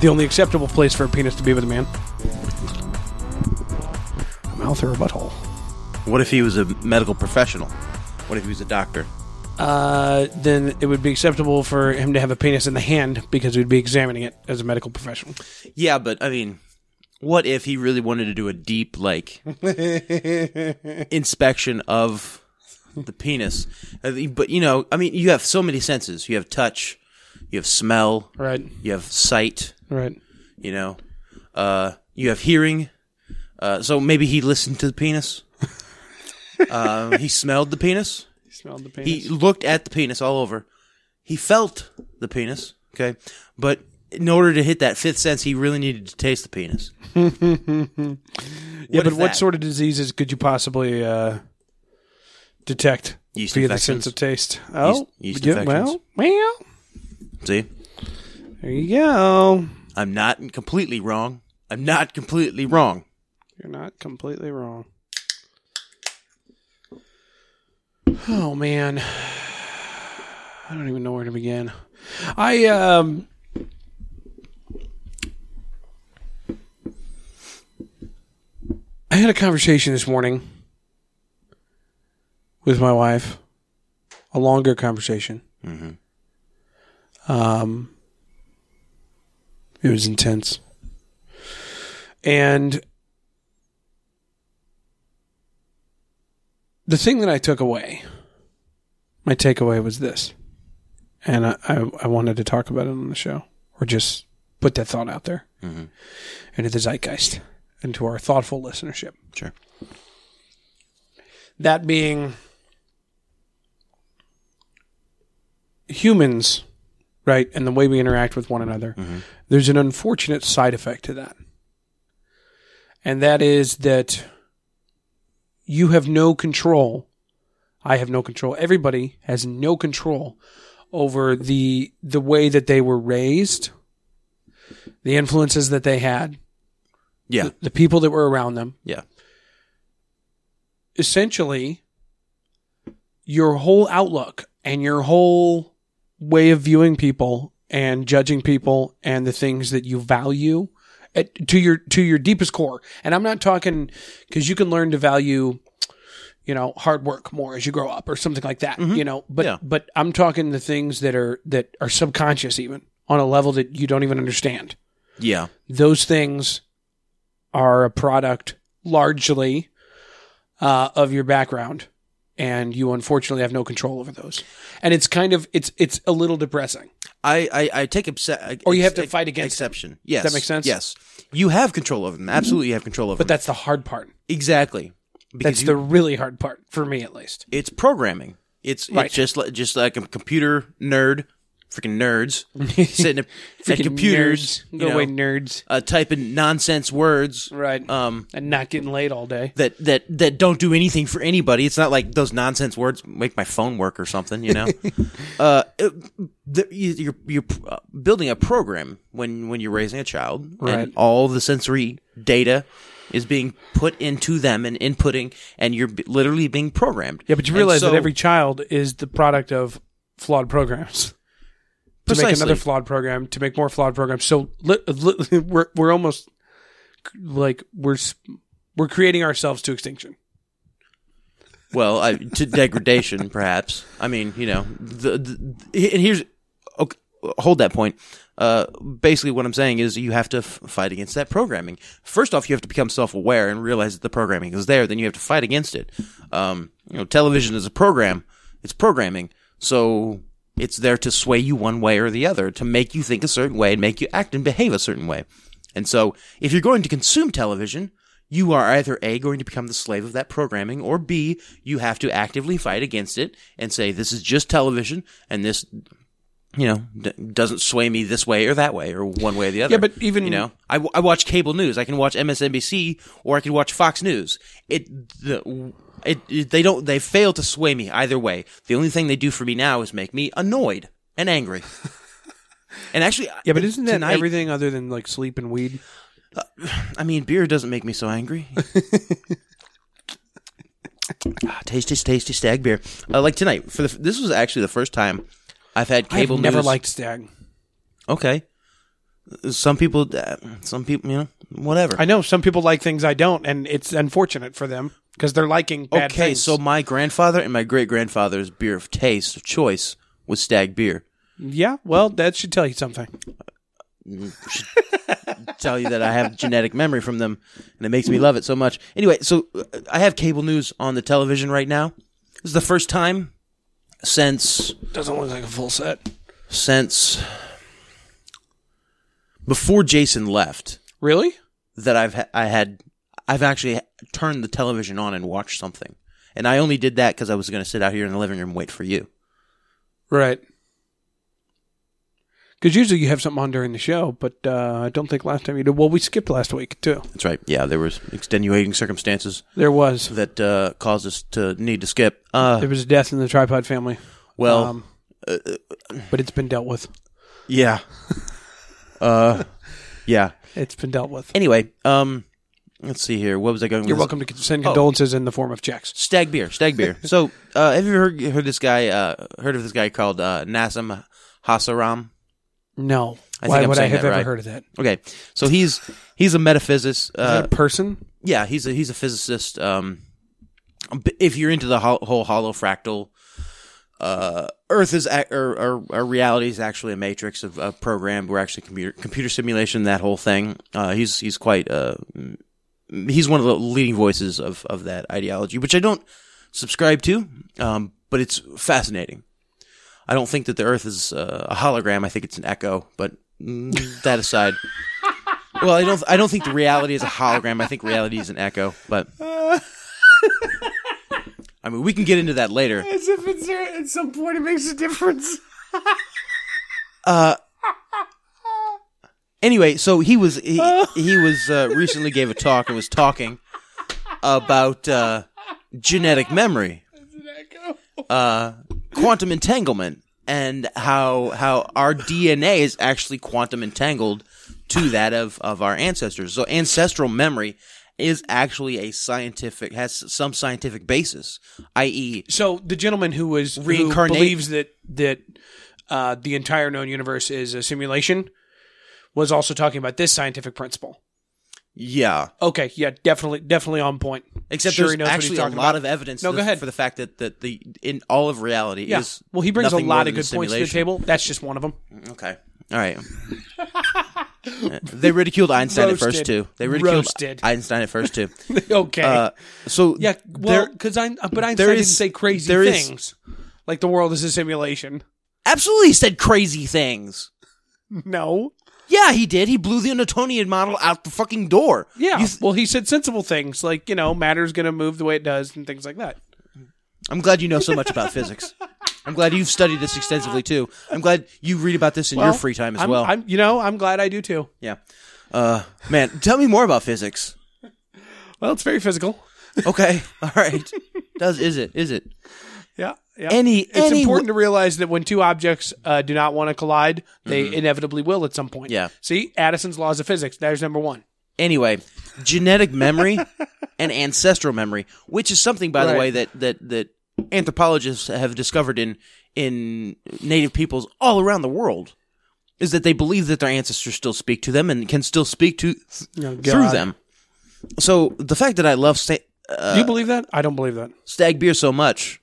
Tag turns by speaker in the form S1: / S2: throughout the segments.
S1: The only acceptable place for a penis to be with a man. A mouth or a butthole.
S2: What if he was a medical professional? What if he was a doctor?
S1: Uh, then it would be acceptable for him to have a penis in the hand because we'd be examining it as a medical professional.
S2: Yeah, but I mean, what if he really wanted to do a deep, like, inspection of the penis? I mean, But, you know, I mean, you have so many senses. You have touch, you have smell,
S1: Right.
S2: you have sight,
S1: Right.
S2: you know, uh, you have hearing. Uh, so maybe he listened to the penis. uh, he smelled the penis.
S1: He smelled the penis.
S2: He looked at the penis all over. He felt the penis, okay? But in order to hit that fifth sense, he really needed to taste the penis.
S1: yeah, but
S2: is
S1: what
S2: that?
S1: sort of diseases could you possibly uh, detect
S2: Yeast
S1: via
S2: infections.
S1: the sense of taste? Oh,
S2: yeast
S1: yeah, well,
S2: infections.
S1: well,
S2: See?
S1: there you go.
S2: I'm not completely wrong. I'm not completely wrong.
S1: You're not completely wrong. Oh man. I don't even know where to begin. I um I had a conversation this morning with my wife. A longer conversation. Mm-hmm. Um it was intense. And the thing that I took away, my takeaway was this, and I, I, I wanted to talk about it on the show or just put that thought out there into the zeitgeist, into our thoughtful listenership.
S2: Sure.
S1: That being humans, right, and the way we interact with one another, there's an unfortunate side effect to that. And that is that you have no control. I have no control. Everybody has no control over the the way that they were raised, the influences that they had,
S2: Yeah.
S1: the people that were around them.
S2: Yeah.
S1: Essentially, your whole outlook and your whole way of viewing people and judging people and the things that you value at, to your to your deepest core. And I'm not talking because you can learn to value, you know, hard work more as you grow up or something like that. You know, but
S2: Yeah.
S1: but I'm talking the things that are that are subconscious even on a level that you don't even understand
S2: Yeah.
S1: those things are a product largely uh, of your background and you unfortunately have no control over those and it's kind of it's it's a little depressing
S2: I, I, I take obse-
S1: Or Oh, you have to
S2: ex-
S1: fight against them.
S2: exception. Yes.
S1: that make sense?
S2: Yes. You have control over them. Absolutely, you have control over
S1: but
S2: them.
S1: that's the hard part
S2: exactly
S1: that's
S2: you-
S1: the really hard part for me at least
S2: it's programming. It's
S1: Right.
S2: it's just like just like a computer nerd, freaking nerds sitting at, at computers,
S1: nerds.
S2: you
S1: go
S2: know,
S1: away nerds
S2: uh, typing nonsense words,
S1: right
S2: um,
S1: and not getting laid all day
S2: that that that don't do anything for anybody. It's not like those nonsense words make my phone work or something, you know. uh, it, the, you- you're you're uh, building a program when when you're raising a child,
S1: Right.
S2: and all the sensory data is being put into them and inputting, and you're b- literally being programmed.
S1: yeah but you
S2: And
S1: realize
S2: so-
S1: that every child is the product of flawed programs to make another
S2: Precisely.
S1: flawed program to make more flawed programs. So li- li- we're we're almost like we're s- we're creating ourselves to extinction.
S2: Well, I, to degradation, perhaps. I mean, you know, the, the and here's okay, hold that point. Uh, basically, what I'm saying is you have to f- fight against that programming. First off, you have to become self-aware and realize that the programming is there. Then you have to fight against it. Um, you know, television is a program. It's programming, so it's there to sway you one way or the other, to make you think a certain way and make you act and behave a certain way. And so, if you're going to consume television, you are either A, going to become the slave of that programming, or B, you have to actively fight against it and say, this is just television and this you know, d- doesn't sway me this way or that way or one way or the other.
S1: Yeah, but even-
S2: you know, I, w- I watch cable news. I can watch MSNBC or I can watch Fox News. It the it, it they don't they fail to sway me either way. The only thing they do for me now is make me annoyed and angry. and actually, uh,
S1: Yeah, but isn't that
S2: tonight-
S1: everything other than like sleep and weed?
S2: I mean, beer doesn't make me so angry. Ah, tasty, tasty stag beer. Uh, like tonight, for the, f- this was actually the first time I've had cable
S1: I've never
S2: news.
S1: liked stag.
S2: Okay. Some people, uh, some people, you know, whatever.
S1: I know some people like things I don't, and it's unfortunate for them because they're liking bad
S2: okay,
S1: things.
S2: so my grandfather and my great grandfather's beer of taste, of choice, was stag beer.
S1: yeah, well, that should tell you something.
S2: Tell you that I have genetic memory from them, and it makes me love it so much. Anyway, so uh, I have cable news on the television right now. This is the first time since
S1: Doesn't look like a full set.
S2: since before Jason left
S1: Really?
S2: that I've ha- I had I've actually turned the television on and watched something, and I only did that because I was going to sit out here in the living room and wait for you.
S1: Right. Because usually you have something on during the show, but uh, I don't think last time you did. Well, we skipped last week too.
S2: That's right. Yeah, there was extenuating circumstances
S1: There was
S2: that uh, caused us to need to skip.
S1: there
S2: Uh,
S1: was a death in the tripod family.
S2: well,
S1: um, but it's been dealt with.
S2: yeah, uh, yeah.
S1: It's been dealt with.
S2: Anyway, um, let's see here. What was I going? with
S1: You're
S2: this?
S1: welcome to
S2: Oh.
S1: send condolences in the form of checks.
S2: Stag beer, stag beer. so, uh, have you heard heard this guy? Uh, heard of this guy called uh, Nassim Hassaram?
S1: No.
S2: I
S1: Why
S2: think I'm
S1: would I
S2: saying
S1: have
S2: that
S1: ever
S2: right.
S1: heard of that? Is
S2: Okay, so he's he's a metaphysicist.
S1: that
S2: Uh,
S1: a person?
S2: yeah, he's a he's a physicist. Um, b- if you're into the hol- whole hollow fractal, uh, Earth is ac- or, or, or reality is actually a matrix of a program. We're actually computer computer simulation. That whole thing. Uh, he's he's quite uh, m- he's one of the leading voices of of that ideology, which I don't subscribe to, um, but it's fascinating. I don't think that the Earth is uh, a hologram. I think it's an echo. But mm, that aside. Well, I don't. I don't think the reality is a hologram. I think reality is an echo. But I mean, we can get into that later.
S1: As if it's at some point it makes a difference.
S2: Uh, Anyway, so he was he, he was uh, recently gave a talk and was talking about uh, genetic memory, uh, quantum entanglement, and how how our DNA is actually quantum entangled to that of of our ancestors. So ancestral memory is actually a scientific has some scientific basis, i.e.,
S1: So the gentleman who was
S2: Reincarnate-
S1: who believes that that uh, the entire known universe is a simulation was also talking about this scientific principle.
S2: yeah.
S1: Okay, yeah, definitely, definitely on point.
S2: Except
S1: Sure he
S2: there's
S1: knows what he's
S2: actually a lot
S1: talking
S2: of
S1: about.
S2: evidence
S1: No,
S2: the-
S1: go ahead.
S2: for the fact that, that the in all of reality
S1: Yeah.
S2: is
S1: Well, he brings a
S2: nothing more
S1: lot
S2: than
S1: of good points to the
S2: simulation.
S1: table. That's just one of them.
S2: Okay. All right. Uh, they ridiculed Einstein at first
S1: Roasted.
S2: too. They ridiculed
S1: Roasted.
S2: Einstein at first too.
S1: okay.
S2: Uh, so
S1: yeah, well,
S2: there-
S1: because I uh, but Einstein
S2: there
S1: didn't
S2: is-
S1: say crazy
S2: there is-
S1: things like the world is a simulation.
S2: absolutely said crazy things.
S1: No.
S2: Yeah, he did. He blew the Newtonian model out the fucking door.
S1: Yeah.
S2: You th-
S1: well, he said sensible things like you know matter's going to move the way it does and things like that.
S2: I'm glad you know so much about physics. I'm glad you've studied this extensively too. I'm glad you read about this in your
S1: Well,
S2: free time as
S1: I'm-
S2: well.
S1: I'm, you know, I'm glad I do too.
S2: yeah. Uh, man, tell me more about physics.
S1: Well, it's very physical.
S2: Okay. All right. Does is it? Is it?
S1: Yeah. yeah.
S2: Any-
S1: it's
S2: any-
S1: important to realize that when two objects uh, do not want to collide, they inevitably will at some point.
S2: Mm-hmm. Yeah.
S1: See, Addison's laws of physics. There's number one.
S2: Anyway, genetic memory and ancestral memory, which is something by the
S1: Right.
S2: way that that that anthropologists have discovered in in native peoples all around the world is that they believe that their ancestors still speak to them and can still speak to through
S1: Oh, God.
S2: them. So the fact that I love sta-
S1: do you believe that? I don't believe that.
S2: stag beer so much.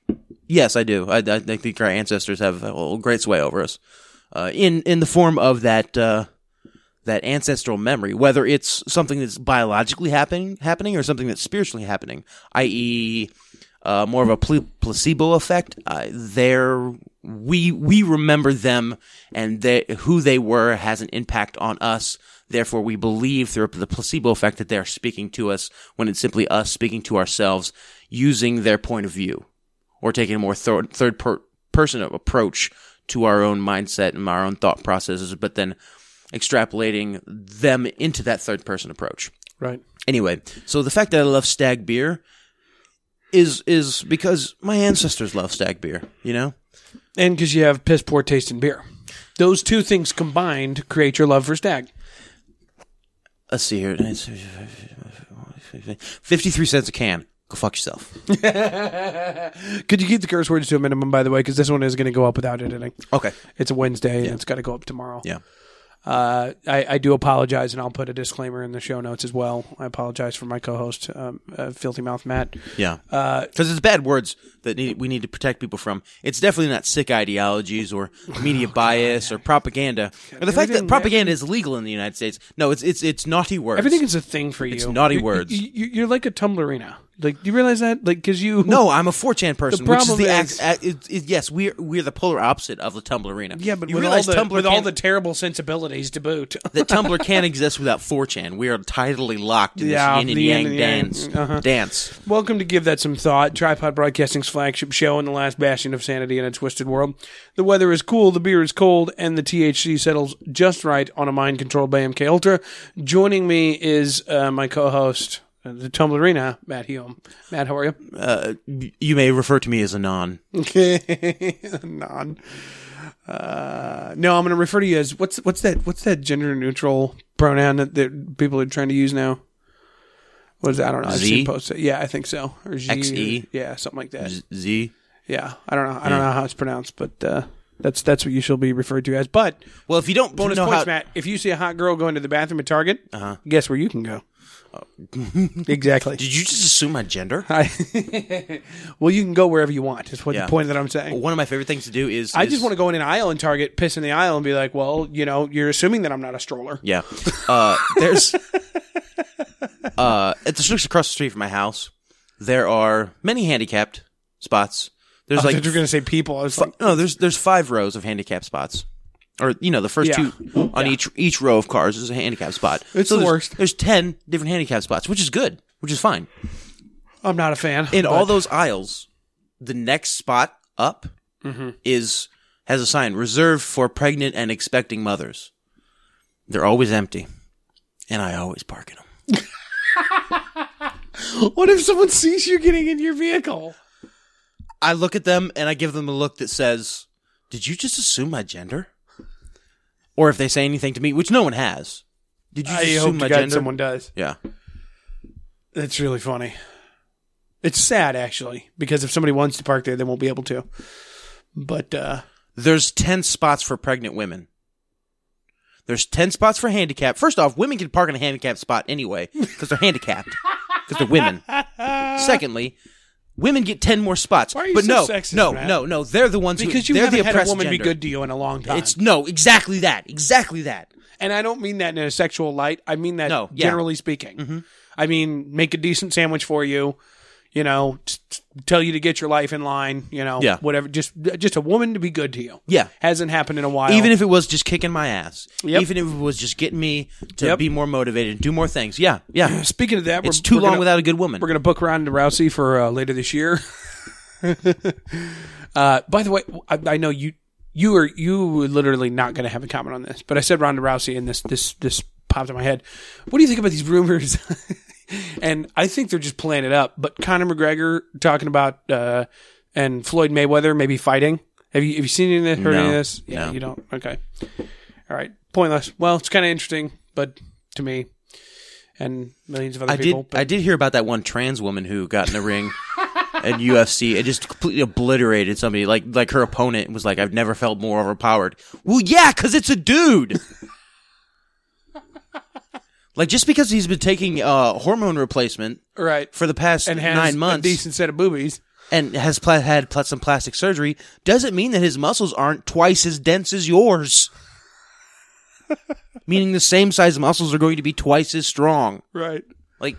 S2: Yes, I do. I, I think our ancestors have a whole great sway over us, uh, in in the form of that uh, that ancestral memory, whether it's something that's biologically happening happening or something that's spiritually happening, i.e., uh, more of a pl- placebo effect. Uh, there, we we remember them, and they, who they were has an impact on us. Therefore, we believe through the placebo effect that they are speaking to us when it's simply us speaking to ourselves using their point of view or taking a more third third per- person approach to our own mindset and our own thought processes, but then extrapolating them into that third person approach.
S1: Right.
S2: Anyway, so the fact that I love stag beer is is because my ancestors loved stag beer, you know?
S1: And because you have piss poor taste in beer. Those two things combined create your love for stag.
S2: Let's see here. 53 cents a can. Go fuck yourself.
S1: Could you keep the curse words to a minimum, by the way? Because this one is going to go up without editing.
S2: Okay.
S1: It's a Wednesday and it's got to go up tomorrow.
S2: Oh. Yeah.
S1: Uh, I, I do apologize, and I'll put a disclaimer in the show notes as well. I apologize for my co-host, um, uh, Filthy Mouth Matt.
S2: Yeah. Because it's bad words that need, we need to protect people from. It's definitely not sick ideologies or media bias or propaganda. Or the fact that
S1: Everything-
S2: propaganda is legal in the United States. No, it's it's it's naughty words.
S1: Everything is a thing for you. It's
S2: naughty
S1: you,
S2: words.
S1: You, you, you're like a Tumblrina. Like, do you realize that? Like, because you
S2: no, I'm a 4chan person, which is
S1: problem
S2: the act,
S1: is-
S2: act- it, it- yes, we're we're the polar opposite of the Tumblr arena.
S1: yeah, but
S2: you
S1: with all
S2: realize
S1: the
S2: Tumblr
S1: with all
S2: can't-
S1: the terrible sensibilities to boot.
S2: that Tumblr can't exist without 4chan. We are tidally locked in
S1: Yeah,
S2: this yin and
S1: the yin
S2: yang
S1: and yang. Uh-huh.
S2: dance. Dance.
S1: Welcome to Give That Some Thought, Tripod Broadcasting's flagship show and the last bastion of sanity in a twisted world. The weather is cool, the beer is cold, and the THC settles just right on a mind controlled by MK Ultra. Joining me is uh, my co-host, uh, the Tumblrina, Matt Hume. Matt, how are you?
S2: Y- You may refer to me as Anon.
S1: non. Uh, no, I'm going to refer to you as what's what's that what's that gender neutral pronoun that, that people are trying to use now? What is that? I don't know. I've
S2: Z?
S1: seen posts. Yeah, I think so. Or Z,
S2: XE?
S1: Yeah, something like that.
S2: Z- Z.
S1: Yeah, I don't know. I don't know how it's pronounced, but uh, that's that's what you shall be referred to as. But
S2: Well, if you don't
S1: bonus
S2: know
S1: points,
S2: how, Uh-huh.
S1: Matt. If you see a hot girl going to the bathroom at Target, guess where you can go.
S2: Oh.
S1: exactly.
S2: Did you just assume my gender?
S1: I- well, you can go wherever you want. Is what
S2: Yeah.
S1: the point that I'm saying.
S2: One of my favorite things to do is
S1: I just want to go in an aisle in Target, piss in the aisle, and be like, "Well, you know, you're assuming that I'm not a stroller."
S2: Yeah. Uh, there's uh, at the Schnucks across the street from my house. There are many handicapped spots. There's
S1: Like
S2: like
S1: you're Oh, gonna say people. I was
S2: fi-
S1: like,
S2: no, there's there's five rows of handicap spots, or you know the first
S1: Yeah.
S2: two on each each row of cars is a handicap spot.
S1: It's the
S2: there's,
S1: worst.
S2: There's ten different handicap spots, which is good, which is fine.
S1: "I'm not a fan."
S2: In all
S1: but-
S2: those aisles, the next spot up
S1: Mm-hmm.
S2: is has a sign reserved for pregnant and expecting mothers. They're always empty, and I always park in them.
S1: what if someone sees you getting in your vehicle?
S2: I look at them and I give them a look that says, "Did you just assume my gender?" Or if they say anything to me, which no one has, did you just
S1: I hope
S2: assume
S1: to
S2: my
S1: God
S2: gender?
S1: someone does.
S2: yeah,
S1: That's really funny. It's sad actually because if somebody wants to park there, they won't be able to. But uh,
S2: there's ten spots for pregnant women. There's ten spots for handicap. First off, women can park in a handicapped spot anyway because they're handicapped because they're women. Secondly. Women get ten more spots,
S1: Why are you
S2: but
S1: so
S2: no,
S1: sexist,
S2: no,
S1: Matt?
S2: no, no. They're the ones who-
S1: because you
S2: they're the
S1: haven't had a
S2: oppressed
S1: woman be
S2: gender.
S1: good to you in a long time,
S2: It's no, exactly that, exactly that.
S1: and I don't mean that in a sexual light. I mean that
S2: No, yeah. Mm-hmm.
S1: generally speaking. I mean make a decent sandwich for you, you know, t- t- tell you to get your life in line, you know,
S2: Yeah.
S1: whatever. Just just a woman to be good to you.
S2: Yeah.
S1: hasn't happened in a while.
S2: Even if it was just kicking my ass.
S1: Yep.
S2: Even if it was just getting me to
S1: Yep.
S2: be more motivated and do more things. Yeah, yeah.
S1: speaking of that,
S2: It's
S1: we're,
S2: too
S1: we're
S2: long
S1: gonna-
S2: without a good woman.
S1: We're gonna book Ronda Rousey for uh, later this year. uh, by the way, I, I know you you are you were literally not gonna have a comment on this, but I said Ronda Rousey, and this this this popped in my head. What do you think about these rumors? and I think they're just playing it up. But Conor McGregor talking about uh, and Floyd Mayweather maybe fighting. Have you have you seen any of this? Heard any of
S2: No.
S1: this? Yeah,
S2: No.
S1: you don't. Okay, all right. Pointless. Well, it's kind of interesting, but to me. And millions of other
S2: I did
S1: people. but-
S2: I did hear about that one trans woman who got in the ring at UFC and just completely obliterated somebody. Like like her opponent was like, I've never felt more overpowered. Well, yeah, because it's a dude. like just because he's been taking uh, hormone replacement
S1: right
S2: for the past
S1: and has
S2: nine
S1: a
S2: months
S1: decent set of boobies
S2: and has pla- had pla- some plastic surgery doesn't mean that his muscles aren't twice as dense as yours. Meaning the same size muscles are going to be twice as strong.
S1: right
S2: Like,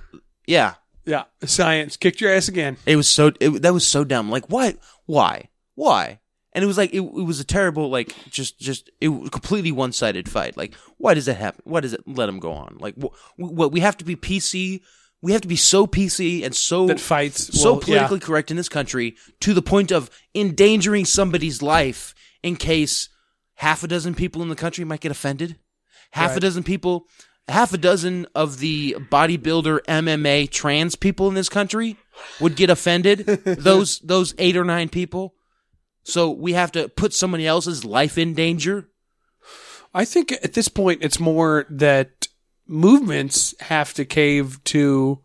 S2: yeah,
S1: yeah science kicked your ass again
S2: it was so it, that was so dumb. Like, what? Why? Why? And it was like it, it was a terrible, like just just it was a completely one sided fight. Like, why does that happen? Why does it let him go on? Like, what? What? We have to be PC. We have to be so PC and so
S1: that fights
S2: so
S1: will- yeah.
S2: politically correct in this country to the point of endangering somebody's life in case half a dozen people in the country might get offended. Half a dozen people, half a dozen of the bodybuilder MMA trans people in this country would get offended. those those eight or nine people. So we have to put somebody else's life in danger.
S1: I think at this point it's more that movements have to cave to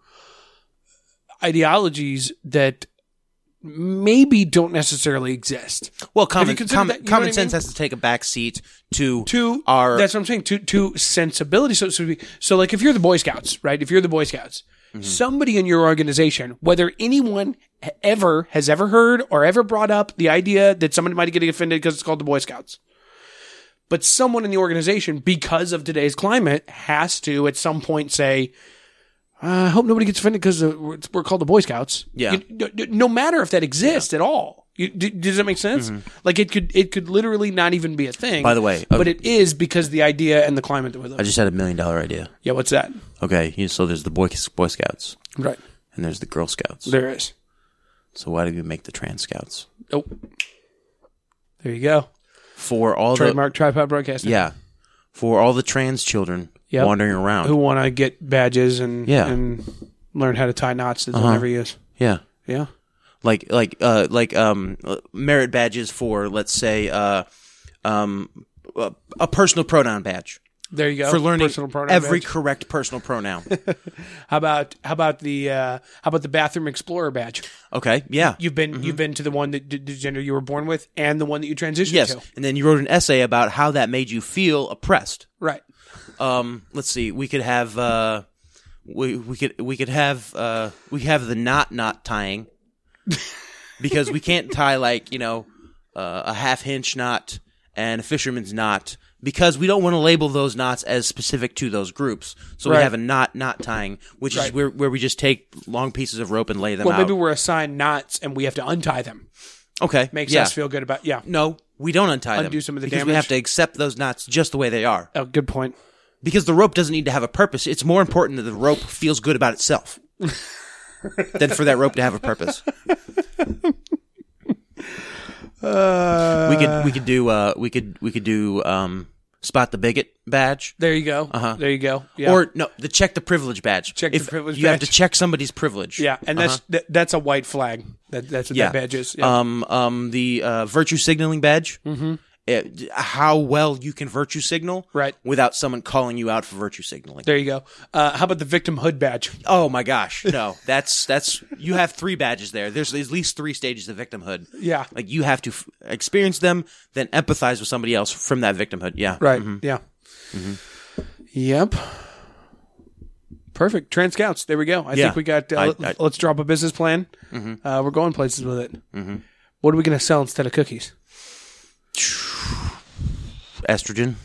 S1: ideologies that maybe don't necessarily exist.
S2: Well, common
S1: considered
S2: common,
S1: that? You know what
S2: common
S1: I
S2: sense
S1: mean?
S2: has to take a back seat to
S1: To
S2: our
S1: that's what I'm saying. To to sensibility. So so, we- so like if you're the Boy Scouts, right? If you're the Boy Scouts,
S2: Mm-hmm.
S1: somebody in your organization, whether anyone h- ever has ever heard or ever brought up the idea that somebody might get offended because it's called the Boy Scouts. But someone in the organization, because of today's climate, has to at some point say, "Uh, I hope nobody gets offended because we're we're called the Boy Scouts.
S2: Yeah.
S1: You- no- no matter if that exists at all. You, d- does that make sense? Like it could it could literally not even be a thing.
S2: Mm-hmm. By the way,
S1: but
S2: okay.
S1: it is because the idea and the climate that we live.
S2: I
S1: in.
S2: just had a million dollar idea.
S1: yeah, what's that?
S2: Okay, you- so there's the Boy, Boy Scouts
S1: Right
S2: and there's the Girl Scouts.
S1: there is.
S2: So why do we make the Trans Scouts
S1: Oh, there you go.
S2: for all
S1: Trademark tripod
S2: the
S1: broadcasting.
S2: yeah for all the trans children
S1: Yep.
S2: wandering around?
S1: who want to get badges and
S2: Yeah.
S1: and learn how to tie knots that they'll
S2: Uh-huh.
S1: never use.
S2: yeah,
S1: Yeah,
S2: like like uh like um uh, merit badges for let's say uh um a, a personal pronoun badge
S1: there you go.
S2: for learning
S1: Oh, Personal pronoun
S2: every
S1: badge.
S2: correct personal pronoun.
S1: How about how about the uh, how about the bathroom explorer badge?
S2: okay, yeah.
S1: You've been you've been to the one that the gender you were born with and the one that you transitioned
S2: Yes,
S1: to.
S2: and then you wrote an essay about how that made you feel oppressed.
S1: Right.
S2: um let's see we could have uh we we could we could have uh we have the knot knot tying because we can't tie like you know uh, a half hinge knot and a fisherman's knot because we don't want to label those knots as specific to those groups so
S1: Right.
S2: we have a knot knot tying which is
S1: Right.
S2: where where we just take long pieces of rope and lay them
S1: Well,
S2: out
S1: maybe we're assigned knots and we have to untie them.
S2: okay
S1: Makes
S2: yeah.
S1: us feel good about yeah.
S2: no we don't untie
S1: Undo
S2: them
S1: some of the
S2: because we
S1: damage.
S2: have to accept those knots just the way they are
S1: Oh, good point.
S2: because the rope doesn't need to have a purpose. It's more important that the rope feels good about itself than for that rope to have a purpose. we could we could do uh we could we could do um spot the bigot badge.
S1: There you go. Uh-huh. There you go. Yeah.
S2: Or no, the check the privilege badge.
S1: Check the privilege
S2: you have
S1: badge.
S2: to check somebody's privilege. Uh-huh.
S1: yeah, and that's that, that's a white flag. That that's what
S2: yeah.
S1: that badge is. Uh-huh. Yeah. Uh,
S2: Um um the uh, virtue signaling badge. Mm-hmm. how well you can virtue signal
S1: Right.
S2: without someone calling you out for virtue signaling.
S1: there you go. Uh, how about the victimhood badge?
S2: Oh my gosh, no, that's that's you have three badges there. There's at least three stages of victimhood.
S1: Yeah.
S2: like you have to f- experience them, then empathize with somebody else from that victimhood. Yeah,
S1: Right. Yeah. Mm-hmm. Yep. Perfect. Trans Scouts. There we go. I
S2: Yeah.
S1: think we got. Uh,
S2: I-
S1: let-
S2: I-
S1: let's drop a business plan. Uh, we're going places with it. What are we going to sell instead of cookies?
S2: Mm-hmm. Estrogen,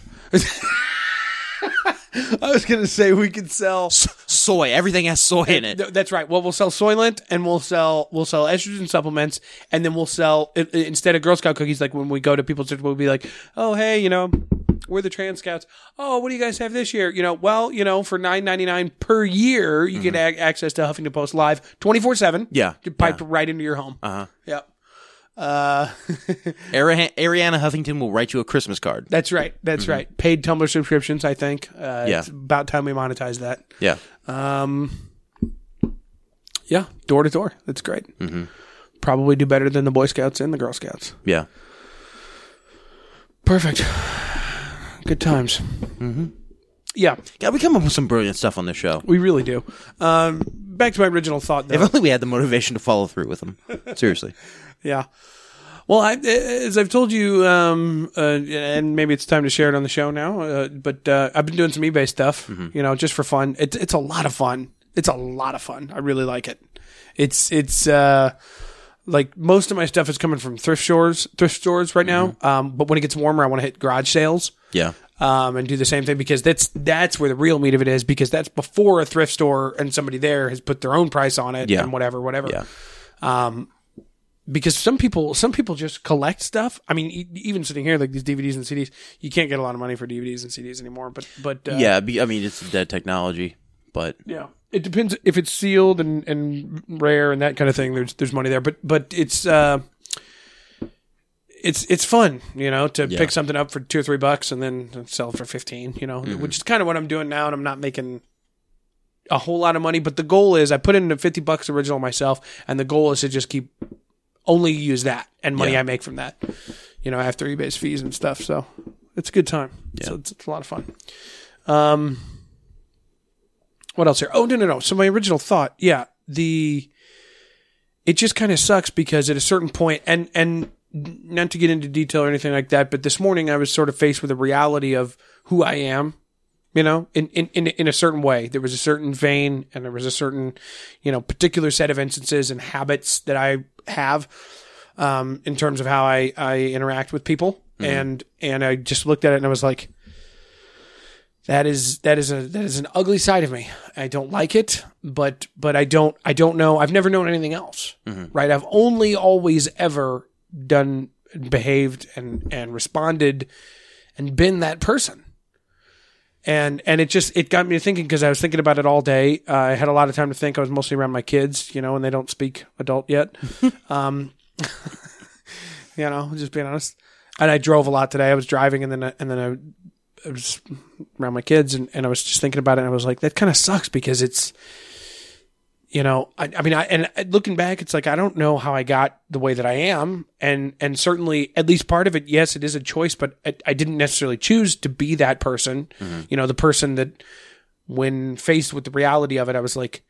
S1: I was going to say we could sell.
S2: soy, everything has soy in it.
S1: Th- that's right. Well, we'll sell Soylent, and we'll sell we'll sell estrogen supplements, and then we'll sell i- i- instead of Girl Scout cookies. Like when we go to people's, we'll be like, "Oh, hey, you know, we're the Trans Scouts. Oh, what do you guys have this year? You know, well, you know, for nine ninety nine per year, you get ac access to Huffington Post live twenty four seven.
S2: Mm-hmm. Yeah. Uh-huh.
S1: piped right into your home. Uh huh. Yep. Uh,
S2: Ari- Ariana Huffington will write you a Christmas card.
S1: that's right. That's right. Paid Tumblr subscriptions, I think. Uh,
S2: Mm-hmm. Yeah.
S1: It's about time we monetize that.
S2: Yeah,
S1: Um, Yeah, door to door. That's great. Probably do better than the Boy Scouts and the Girl Scouts.
S2: yeah.
S1: Perfect. Good times. Mm-hmm. Yeah,
S2: Yeah, we come up with some brilliant stuff on this show.
S1: we really do. Um, back to my original thought, though.
S2: If only we had the motivation to follow through with them. Seriously.
S1: yeah. Well, I, as I've told you, um, uh, and maybe it's time to share it on the show now. Uh, but uh, I've been doing some eBay stuff, you know, just for fun. It's it's a lot of fun. It's a lot of fun. I really like it. It's it's uh, like most of my stuff is coming from thrift stores, thrift stores right now. Um, but when it gets warmer, I want to hit garage sales.
S2: Yeah.
S1: um, and do the same thing because that's that's where the real meat of it is because that's before a thrift store and somebody there has put their own price on it
S2: Yeah.
S1: and whatever whatever Um,
S2: Yeah.
S1: because some people some people just collect stuff I mean e- even sitting here like these DVDs and CDs you can't get a lot of money for DVDs and CDs anymore but but uh,
S2: Yeah. be- I mean, it's dead technology, but
S1: yeah it depends if it's sealed and and rare and that kind of thing there's there's money there but but it's uh it's it's fun, you know, to
S3: Yeah.
S1: pick something up for two or three bucks and then sell it for fifteen, you know,
S3: Mm-hmm.
S1: which is kind of what I'm doing now, and I'm not making a whole lot of money. But the goal is, I put in the fifty bucks original myself, and the goal is to just keep only use that and money
S3: Yeah.
S1: I make from that, you know, after eBay's fees and stuff. So it's a good time. So it's, it's a lot of fun. Um, what else here? Oh no no no. So my original thought, yeah, the it just kind of sucks because at a certain point and and not to get into detail or anything like that but this morning i was sort of faced with the reality of who i am you know in in in, in a certain way there was a certain vein and there was a certain you know particular set of instances and habits that i have um in terms of how i i interact with people and and i just looked at it and i was like that is that is a that is an ugly side of me. I don't like it, but but I don't I don't know. I've never known anything else, right? I've only always ever done behaved and and responded and been that person. And and it just it got me thinking because I was thinking about it all day. Uh, I had a lot of time to think. I was mostly around my kids, you know, and they don't speak adult yet. um, you know, just being honest. And I drove a lot today. I was driving and then I, and then I I was around my kids and, and I was just thinking about it and I was like, that kind of sucks because it's, you know, I, I mean, I, and I- looking back, it's like, I don't know how I got the way that I am. And, and certainly at least part of it, yes, it is a choice, but I, I didn't necessarily choose to be that person, you know, the person that when faced with the reality of it, I was like,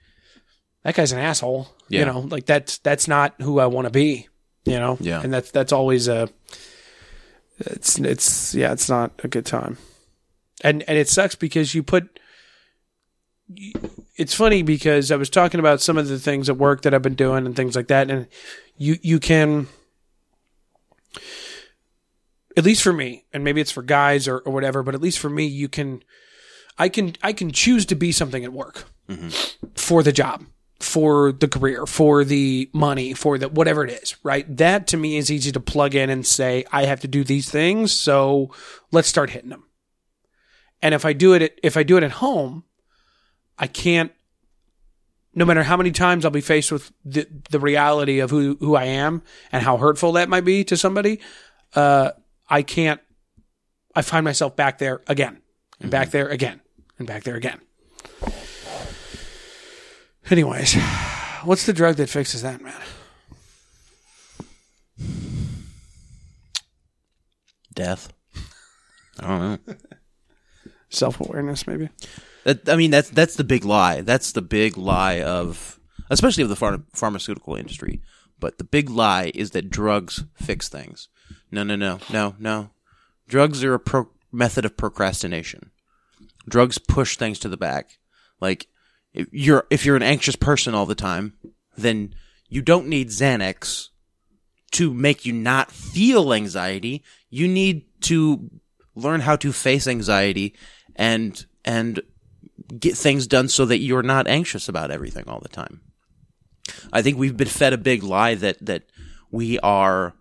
S1: that guy's an asshole,
S2: Yeah.
S1: you know, like that's, that's not who I want to be, you know?
S2: Yeah.
S1: And that's, that's always a, it's, it's, yeah, it's not a good time and and it sucks because you put it's funny because I was talking about some of the things at work that I've been doing and things like that and you you can at least for me and maybe it's for guys or, or whatever but at least for me you can I can I can choose to be something at work for the job for the career for the money for the whatever it is right that to me is easy to plug in and say I have to do these things so let's start hitting them and if I do it, at, if I do it at home, I can't. No matter how many times I'll be faced with the the reality of who who I am and how hurtful that might be to somebody, uh, I can't. I find myself back there again, and back there again, and back there again. Anyways, what's the drug that fixes that, man?
S2: Death. I don't know.
S1: Self awareness, maybe.
S2: That, I mean, that's that's the big lie. That's the big lie of, especially of the phar- pharmaceutical industry. But the big lie is that drugs fix things. No, no, no, no, no. Drugs are a pro- method of procrastination. Drugs push things to the back. Like if you're if you're an anxious person all the time, then you don't need Xanax to make you not feel anxiety. You need to learn how to face anxiety and and get things done so that you're not anxious about everything all the time. I think we've been fed a big lie that that we are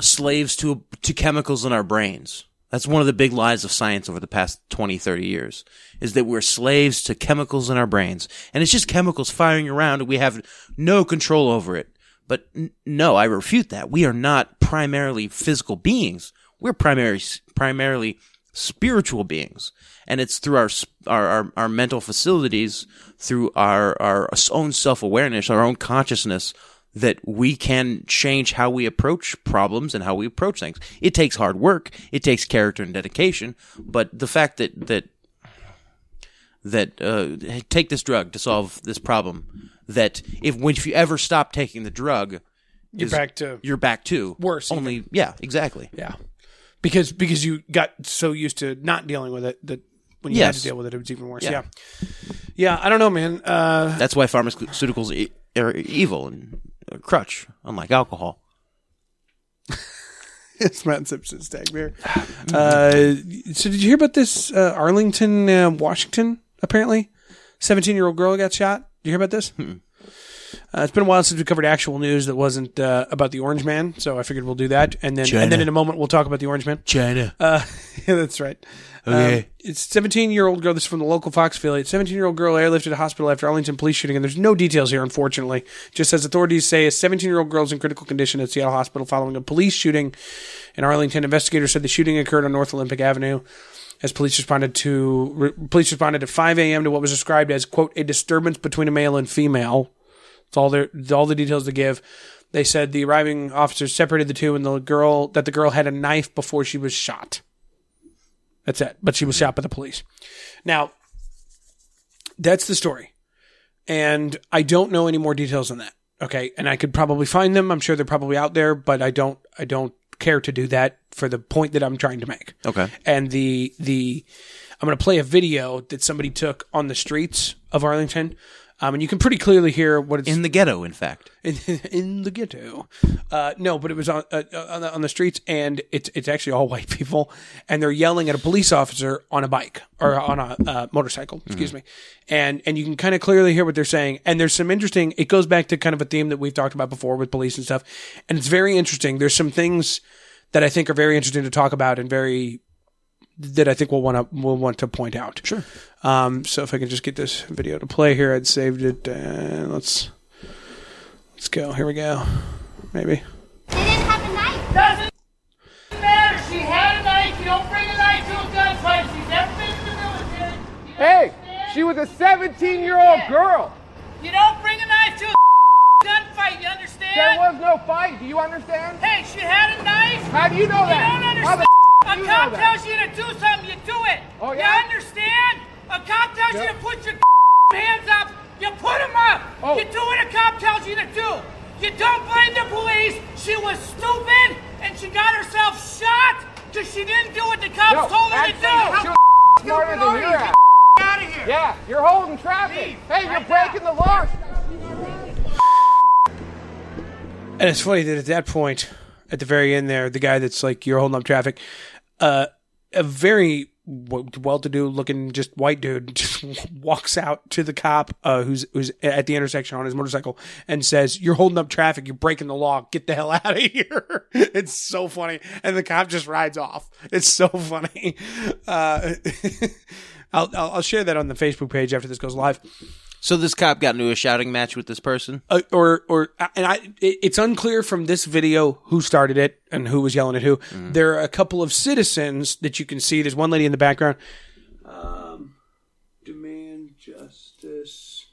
S2: slaves to to chemicals in our brains. That's one of the big lies of science over the past 20, 30 years is that we're slaves to chemicals in our brains. And it's just chemicals firing around and we have no control over it. But n- no, I refute that. We are not primarily physical beings. We're primary, primarily spiritual beings. And it's through our, sp- our, our, our mental facilities, through our, our own self awareness, our own consciousness that we can change how we approach problems and how we approach things. It takes hard work. It takes character and dedication. But the fact that, that that uh, hey, take this drug to solve this problem. That if when if you ever stop taking the drug,
S1: You're
S2: is-
S1: back to
S2: you're back to
S1: Worse even.
S2: Only yeah, exactly.
S1: Yeah, because because you got so used to not dealing with it that when you had
S2: Yes.
S1: to deal with it, it was even worse. Yeah,
S2: Yeah.
S1: yeah. I don't know, man. Uh,
S2: That's why pharmaceuticals e- are evil and a crutch, unlike alcohol.
S1: it's Matt Simpson's tag beer. Uh, so did you hear about this uh, Arlington, uh, Washington? Apparently, seventeen-year-old girl got shot. Did you hear about this? Uh, it's been a while since we covered actual news that wasn't uh, about the Orange Man, so I figured we'll do that, and then and then in a moment we'll talk about the Orange Man.
S2: China.
S1: Uh, yeah, that's right.
S2: Okay.
S1: Um, it's 17 year old girl. This is from the local Fox affiliate. 17 year old girl airlifted to hospital after Arlington police shooting, and there's no details here, unfortunately. Just as authorities say, a 17 year old girl is in critical condition at Seattle Hospital following a police shooting in Arlington. Investigators said the shooting occurred on North Olympic Avenue. As police responded to re- police responded to 5 a.m. to what was described as quote a disturbance between a male and female. It's all their it's all the details they give. They said the arriving officers separated the two, and the girl that the girl had a knife before she was shot. That's it. But she was shot by the police. Now, that's the story. And I don't know any more details on that. Okay. And I could probably find them. I'm sure they're probably out there, but I don't, I don't care to do that for the point that I'm trying to make.
S2: Okay.
S1: And the, the, I'm going to play a video that somebody took on the streets of Arlington. Um, and you can pretty clearly hear what it's
S2: In the ghetto, in fact.
S1: in, in the ghetto. Uh, no, but it was on uh, on, the, on the streets, and it's it's actually all white people, and they're yelling at a police officer on a bike or on a uh, motorcycle, excuse me, and and you can kind of clearly hear what they're saying. And there's some interesting. It goes back to kind of a theme that we've talked about before with police and stuff, and it's very interesting. There's some things that I think are very interesting to talk about and very that I think we'll want to we'll want to point out. Sure. Um, so if I can just get this video to play here, I'd saved it. Uh, let's let's go. Here we go. Maybe.
S3: She didn't have a knife.
S4: Doesn't matter. She had a knife. You don't bring a knife to a gunfight. She's never been in the military. You
S5: Hey,
S4: understand?
S5: she was a 17 year old girl.
S4: You don't bring a knife to a gunfight. You understand?
S5: There was no fight. Do you understand?
S4: Hey, she had a knife.
S5: How do you know
S4: you
S5: that?
S4: don't
S5: How
S4: understand.
S5: the
S4: a
S5: do you
S4: cop
S5: know that?
S4: tells you to do something, you do it.
S5: Oh,
S4: You
S5: yeah?
S4: understand? A cop tells you
S5: Yeah.
S4: to put your hands up. You put them up.
S5: Oh.
S4: You do what a cop tells you to do. You don't blame the police. She was stupid and she got herself shot because she didn't do what the cops
S5: No,
S4: told her to
S5: actually,
S4: do.
S5: she
S4: How
S5: was smarter
S4: stupid
S5: than
S4: are
S5: your
S4: you?
S5: ass.
S4: Get out of here.
S5: Yeah, you're holding traffic.
S4: Leave.
S5: Hey, you're
S4: Right
S5: breaking the law.
S1: And it's funny that at that point, at the very end there, the guy that's like, you're holding up traffic, uh, a very w- well-to-do looking just white dude just walks out to the cop uh, who's who's at the intersection on his motorcycle and says you're holding up traffic you're breaking the law get the hell out of here it's so funny and the cop just rides off it's so funny uh, I'll, I'll I'll share that on the Facebook page after this goes live
S2: So this cop got into a shouting match with this person.
S1: uh, or or and I it, it's unclear from this video who started it and who was yelling at who. There are a couple of citizens that you can see. There's one lady in the background. Um, demand justice.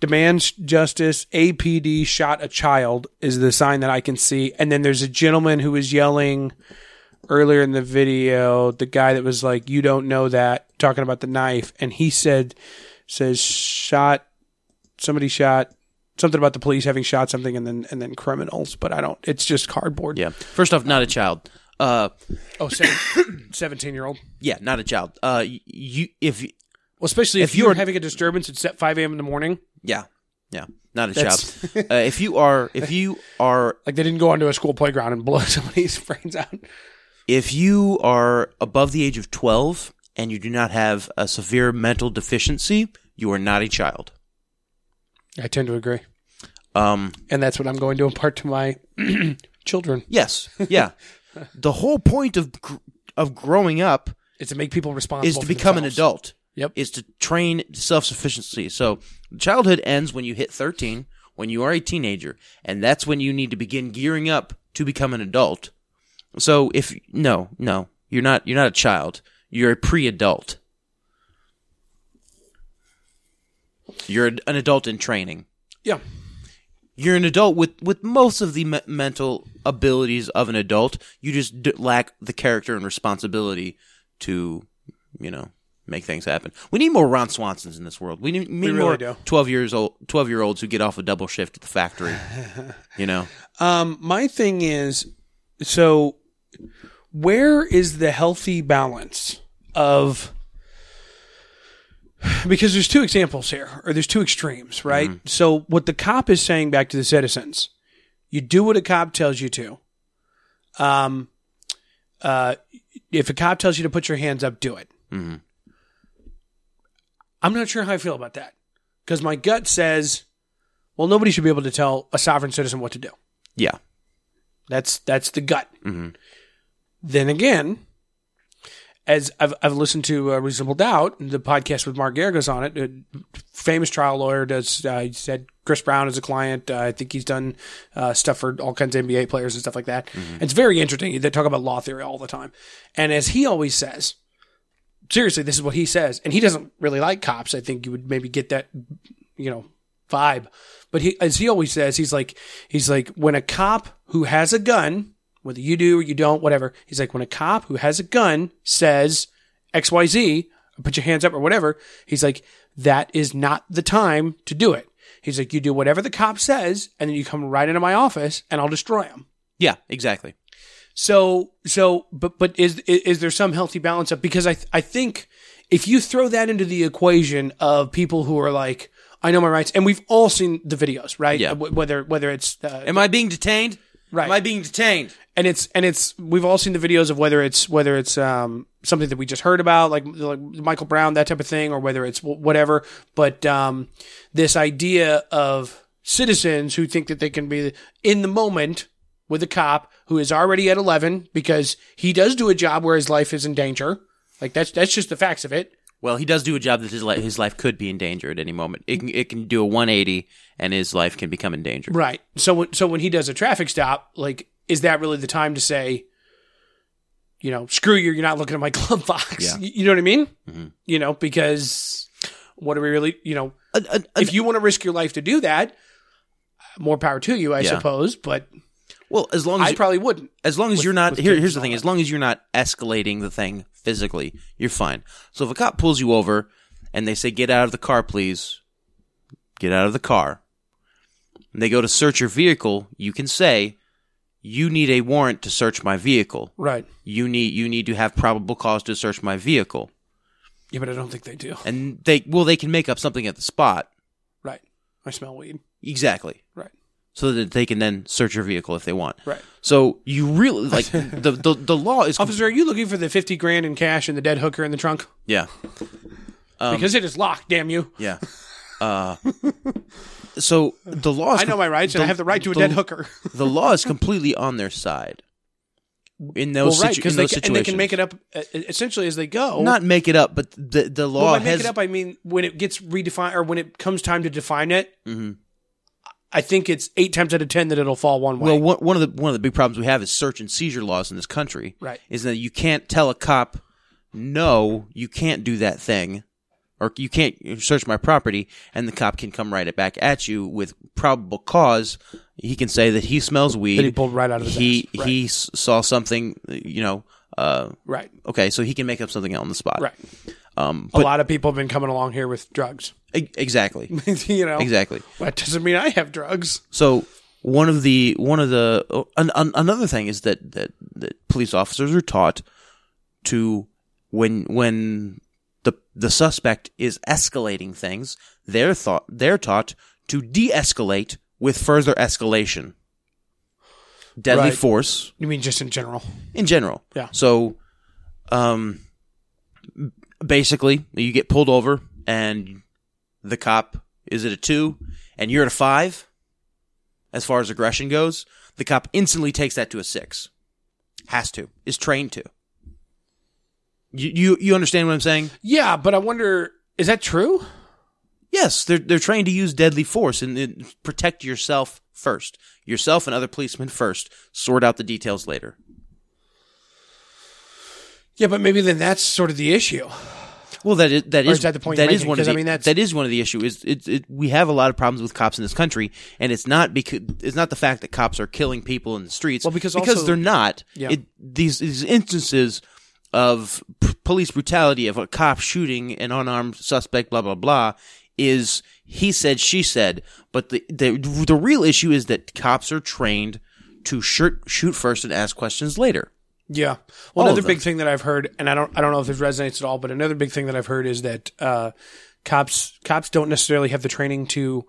S1: Demands justice. APD shot a child is the sign that I can see, and then there's a gentleman who was yelling earlier in the video. The guy that was like, "You don't know that," talking about the knife, and he said says shot somebody shot something about the police having shot something and then and then criminals but i don't it's just cardboard
S2: Yeah. First off, not a child. Uh,
S1: oh seven, 17 year old
S2: yeah, not a child. Uh, y- you if
S1: well especially if,
S2: If
S1: you're
S2: you're-
S1: having a disturbance it's at 5 a.m in the morning
S2: yeah, yeah, not a
S1: That's-
S2: child. Uh, if you are if you are
S1: like they didn't go onto a school playground and blow somebody's brains out
S2: if you are above the age of twelve and you do not have a severe mental deficiency, you are not a child.
S1: i tend to agree
S2: Um,
S1: and that's what i'm going to impart to my children
S2: yes, yeah. the whole point of gr- of growing up
S1: is to make people responsible
S2: is to
S1: for
S2: become an
S1: themselves.
S2: adult.
S1: Yep.
S2: Is to train self sufficiency. So childhood ends when you hit 13, when you are a teenager, and that's when you need to begin gearing up to become an adult. So if no, no, you're not you're not a child. You're a pre-adult. You're an adult in training.
S1: yeah
S2: You're an adult with with most of the me- mental abilities of an adult. You just d- lack the character and responsibility to, you know, make things happen. We need more Ron Swansons in this world. We need, need
S1: really
S2: more
S1: do.
S2: twelve years old twelve year olds who get off a double shift at the factory. you know,
S1: um my thing is so where is the healthy balance of because there's two examples here or there's two extremes right so what the cop is saying back to the citizens you do what a cop tells you to um uh if a cop tells you to put your hands up do it i'm not sure how i feel about that because my gut says Well, nobody should be able to tell a sovereign citizen what to do.
S2: Yeah.
S1: That's that's the gut. Then again, as I've I've listened to uh, Reasonable Doubt, the podcast with Mark Gerges on it, a famous trial lawyer does. Uh, he said Chris Brown is a client. Uh, I think he's done uh, stuff for all kinds of NBA players and stuff like that. It's very interesting. They talk about law theory all the time, and as he always says. Seriously, this is what he says, and he doesn't really like cops. I think you would maybe get that, you know, vibe. But he, as he always says, he's like, he's like, when a cop who has a gun, whether you do or you don't, whatever, he's like, when a cop who has a gun says X, Y, Z, put your hands up or whatever, he's like, that is not the time to do it. He's like, you do whatever the cop says, and then you come right into my office, and I'll destroy him.
S2: Yeah, exactly.
S1: So, so, but, but is, is is there some healthy balance up? Because I, th- I think if you throw that into the equation of people who are like, I know my rights, and we've all seen the videos, right?
S2: Yeah.
S1: Wh- Whether, whether it's, uh,
S2: Am I being detained?
S1: Right.
S2: Am I being detained?
S1: and it's, and it's, we've all seen the videos of whether it's, whether it's, um, something that we just heard about, like, like Michael Brown, that type of thing, or whether it's wh- whatever. But, um, this idea of citizens who think that they can be in the moment, with a cop who is already at 11 because he does do a job where his life is in danger. Like that's that's just the facts of it.
S2: Well, he does do a job that his life his life could be in danger at any moment. It can it can do a 180 and his life can become in danger.
S1: Right. So when, so when he does a traffic stop, like is that really the time to say you know, screw you, you're not looking at my glove box.
S2: Yeah. Mm-hmm.
S1: You, you know what I mean? You know, because what are we really, you know,
S2: A- a- a-
S1: if you want to risk your life to do that, more power to you, I
S2: Yeah.
S1: suppose, but
S2: well, as long as
S1: I
S2: you-
S1: probably wouldn't.
S2: as long as
S1: with-
S2: you're not
S1: with
S2: here,
S1: kids
S2: here's the
S1: and
S2: thing
S1: all
S2: as long as you're not escalating the thing physically you're fine so if a cop pulls you over and they say get out of the car please get out of the car and they go to search your vehicle you can say you need a warrant to search my vehicle
S1: Right.
S2: you need you need to have probable cause to search my vehicle
S1: Yeah, but I don't think they do.
S2: and they well they can make up something at the spot
S1: Right. I smell weed.
S2: exactly
S1: Right.
S2: so that they can then search your vehicle if they want
S1: Right.
S2: so you really like the, the the law is
S1: Officer, are you looking for the 50 grand in cash and the dead hooker in the trunk?
S2: yeah Um,
S1: because it is locked, damn you.
S2: Yeah. Uh, so the law. Is
S1: I know my rights, and I have the right to a
S2: the-
S1: dead hooker.
S2: the law is completely on their side in those,
S1: well, right,
S2: situ- in
S1: because they,
S2: those
S1: ca-
S2: situations.
S1: and they can make it up uh, essentially as they go.
S2: Not make it up, but the the law
S1: well, by make
S2: has.
S1: it up, I mean when it gets redefined or when it comes time to define it.
S2: Mm-hmm.
S1: I think it's eight times out of ten that it'll fall one way.
S2: well, one, one of the one of the big problems we have is search and seizure laws in this country.
S1: Right.
S2: Is that you can't tell a cop, no, you can't do that thing, or you can't search my property, and the cop can come right back at you with probable cause. He can say that he smells weed.
S1: he pulled right out of his
S2: He
S1: ass. Right.
S2: he s- saw something. You know. Uh,
S1: right,
S2: okay, so he can make up something on the spot.
S1: right.
S2: Um,
S1: A
S2: but
S1: lot of people have been coming along here with drugs.
S2: e- exactly,
S1: you know,
S2: exactly.
S1: That doesn't mean I have drugs.
S2: So one of the one of the oh, an, an, another thing is that, that that police officers are taught to when when the the suspect is escalating things, they're thought they're taught to de-escalate with further escalation, deadly
S1: Right.
S2: force.
S1: You mean just in general?
S2: in general.
S1: Yeah.
S2: So, um, basically, you get pulled over, and the cop is at a two, and you're at a five. As far as aggression goes, the cop instantly takes that to a six. Has to. Is trained to. You you, you understand what I'm saying?
S1: Yeah, but I wonder is that true?
S2: Yes, they're they're trained to use deadly force and, and protect yourself first, yourself and other policemen first. Sort out the details later.
S1: Yeah, but maybe then that's sort of the issue.
S2: Well, that is that
S1: Or
S2: is,
S1: is that the point
S2: that
S1: you're
S2: is
S1: making?
S2: one of
S1: 'Cause,
S2: the,
S1: I mean, that's-
S2: that is one of the issue is it, it, we have a lot of problems with cops in this country, and it's not because it's not the fact that cops are killing people in the streets.
S1: Well, because also-
S2: they're not.
S1: Yeah.
S2: It, these these instances of p- police brutality of a cop shooting an unarmed suspect, blah blah blah, is he said she said. But the the the real issue is that cops are trained to shoot shoot first and ask questions later.
S1: Yeah.
S2: All
S1: Well, another
S2: of them.
S1: big thing that I've heard, and I don't, I don't know if this resonates at all, but another big thing that I've heard is that uh, cops, cops don't necessarily have the training to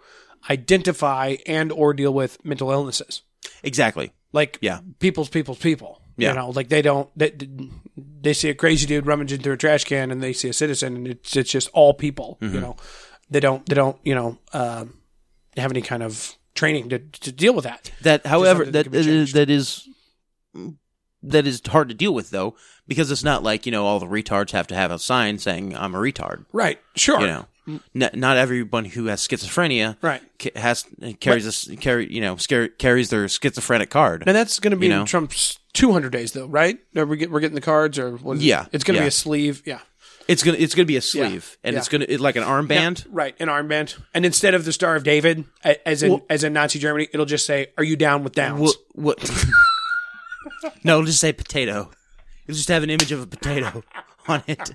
S1: identify and or deal with mental illnesses.
S2: Exactly.
S1: Like,
S2: Yeah.
S1: people's people's people.
S2: Yeah.
S1: You know, like they don't, they, they see a crazy dude rummaging through a trash can,
S2: Mm-hmm.
S1: and they see a citizen, and it's it's just all people. You know, they don't, they don't, you know, um have any kind of training to, to deal with that.
S2: That, however,
S1: something
S2: that
S1: that can be
S2: is,
S1: changed.
S2: that is that is hard to deal with though, because it's not like you know all the retards have to have a sign saying "I'm a retard."
S1: Right. Sure.
S2: You know, N- not everyone who has schizophrenia
S1: Right.
S2: ca- has carries this carry you know scare, carries their schizophrenic card.
S1: Now that's going to be
S2: You
S1: in
S2: know?
S1: Trump's 200 days, though, right? Are we get, we're getting the cards, or what is it?
S2: Yeah,
S1: it's going to be
S2: yeah.
S1: a sleeve. Yeah,
S2: It's gonna it's gonna be a sleeve, and it's
S1: yeah.
S2: gonna it, like an armband.
S1: Yeah, right? An armband, and instead of the Star of David, a- as in as in Nazi Germany, it'll just say, "Are you down with downs?"
S2: What? What? no, it'll just say potato. It'll just have an image of a potato on it.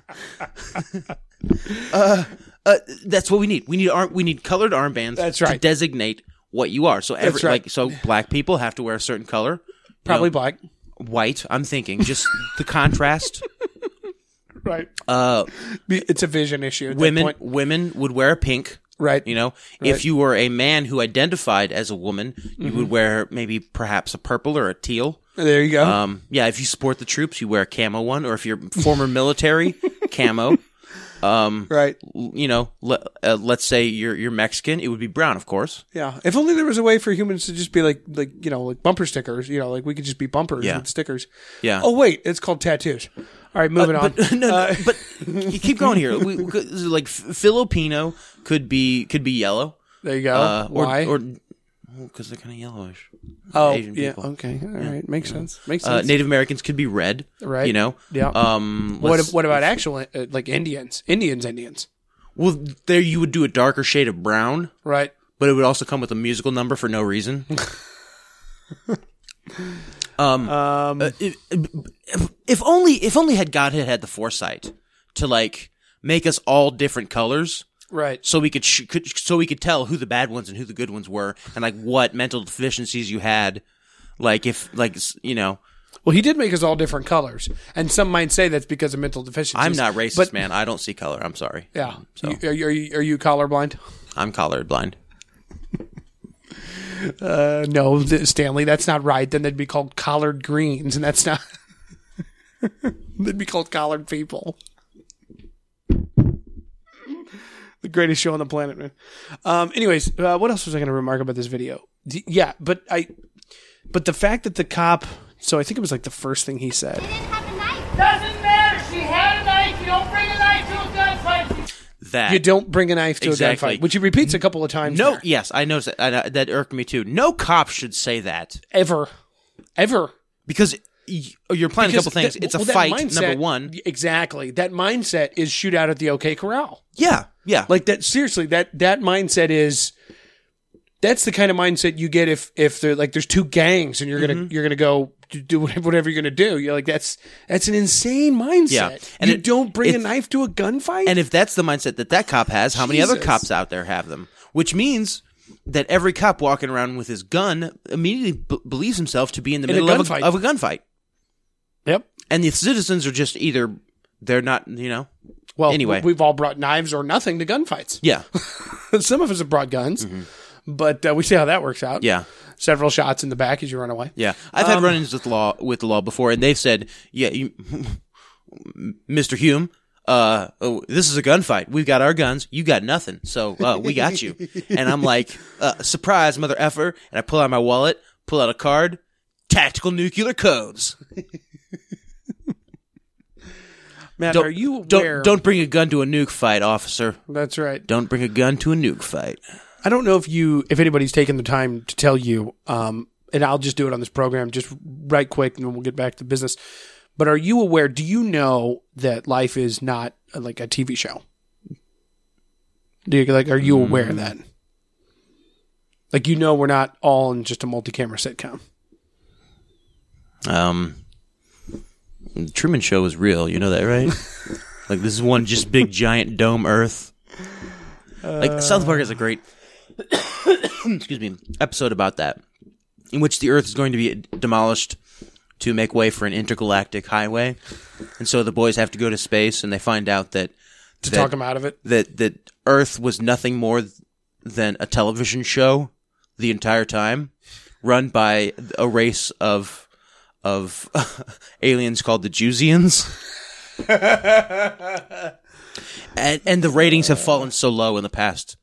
S2: uh, uh, that's what we need. We need arm. We need colored armbands.
S1: That's
S2: To
S1: right.
S2: designate what you are. So every
S1: That's right.
S2: like so black people have to wear a certain color. you
S1: Probably
S2: know,
S1: black,
S2: white. I'm thinking just the contrast.
S1: right?
S2: Uh,
S1: It's a vision issue. At that
S2: women
S1: point.
S2: women would wear a pink.
S1: right? Mm-hmm.
S2: You know, if you were a man who identified as a woman, you would wear maybe perhaps a purple or a teal.
S1: there you go.
S2: Um, yeah, if you support the troops, you wear a camo one, or if you're former military, camo.
S1: right?
S2: L- You know, le- uh, let's say you're you're Mexican, it would be brown, of course.
S1: Yeah. If only there was a way for humans to just be like like you know like bumper stickers. You know, like we could just be bumpers
S2: Yeah.
S1: with stickers.
S2: Yeah. Uh,
S1: Oh wait, Uh, it's called tattoos. All right, moving on.
S2: But no, no, but you keep going here. We, we could- like F- Filipino could be could be yellow.
S1: there you go.
S2: Uh, or,
S1: Oh, Why?
S2: Or because they're kind of yellowish.
S1: oh,
S2: Asian
S1: yeah.
S2: people.
S1: Okay. All right. Makes sense. Makes
S2: Uh,
S1: sense.
S2: Native Americans could be red.
S1: Right.
S2: You know.
S1: Yeah.
S2: Um.
S1: What
S2: let's-
S1: what about actual uh, like Indians? Indians, Indians,
S2: Well, there you would do a darker shade of brown,
S1: right?
S2: but it would also come with a musical number for no reason. um.
S1: Um,
S2: uh, if, if only if only had God had had the foresight to like make us all different colors
S1: right.
S2: so we could, sh- could so we could tell who the bad ones and who the good ones were and like what mental deficiencies you had like if like s- you know
S1: Well, he did make us all different colors, and some might say that's because of mental deficiencies.
S2: I'm not racist
S1: but-
S2: man I don't see color I'm sorry
S1: Yeah.
S2: so
S1: You- are, you, are you are you colorblind?
S2: I'm colorblind
S1: Uh, no, th- Stanley, that's not right. Then they'd be called collared greens, and that's not. they'd be called collared people. the greatest show on the planet, man. Um, anyways, uh, what else was I going to remark about this video? D- yeah, but I, but the fact that the cop. So I think it was like the first thing he said.
S3: didn't have a knife.
S4: Doesn't matter. She had a knife. You don't bring a knife to a gunfight.
S2: that
S1: You don't bring a knife to
S2: Exactly.
S1: a gunfight, which he repeats a couple of times.
S2: no
S1: there.
S2: yes I noticed that, I, that irked me too no cop should say that
S1: ever, ever.
S2: because y- oh, you're playing
S1: Because
S2: a couple things
S1: that-
S2: it's a
S1: well, that
S2: fight
S1: mindset-
S2: number one
S1: Exactly. That mindset is shoot out at the OK Corral.
S2: yeah yeah
S1: Like that seriously, that that mindset is that's the kind of mindset you get if if there like there's two gangs and you're gonna
S2: Mm-hmm.
S1: you're gonna go d- do whatever whatever you're gonna do. You're like that's that's an insane mindset.
S2: Yeah. And
S1: And you
S2: it-
S1: don't bring a
S2: it's-
S1: knife to a gunfight.
S2: And if that's the mindset that that cop has, how many other
S1: Jesus.
S2: cops out there have them? Which means that every cop walking around with his gun immediately b- believes himself to be in the
S1: In a
S2: middle of,
S1: gunfight.
S2: a, of a gunfight.
S1: yep.
S2: And the citizens are just either they're not, you know,
S1: Well,
S2: Anyway.
S1: we've all brought knives or nothing to gunfights.
S2: yeah,
S1: Some of us have brought guns, but uh, we see how that works out.
S2: Mm-hmm. yeah,
S1: several shots in the back as you run away.
S2: yeah. I've had run-ins with law with the law before, and they've said, "Yeah, you, Mr. Hume." Uh, oh, this is a gunfight. We've got our guns. You got nothing. So, uh, we got you. and I'm like, uh, surprise, mother effer. And I pull out my wallet, pull out a card, tactical nuclear codes.
S1: Matt,
S2: Don't-
S1: are you aware?
S2: Don't don't bring a gun to a nuke fight, officer.
S1: That's right.
S2: Don't bring a gun to a nuke fight.
S1: I don't know if you, if anybody's taken the time to tell you, um, and I'll just do it on this program just right quick, and then we'll get back to business. But are you aware? Do you know that life is not uh, like a TV show? Do you like? Are you aware
S2: Mm.
S1: of that? Like you know, we're not all in just a multi-camera sitcom.
S2: Um, the Truman Show is real. You know that, right? like this is one just big giant dome Earth. Like South Park has a great, excuse me, episode about that, in which the Earth is going to be demolished to make way for an intergalactic highway, and so the boys have to go to space, and they find out that
S1: To
S2: That-
S1: talk them out of it,
S2: that that Earth was nothing more th- than a television show the entire time, run by a race of of aliens called the Jusians. and and the ratings have fallen so low in the past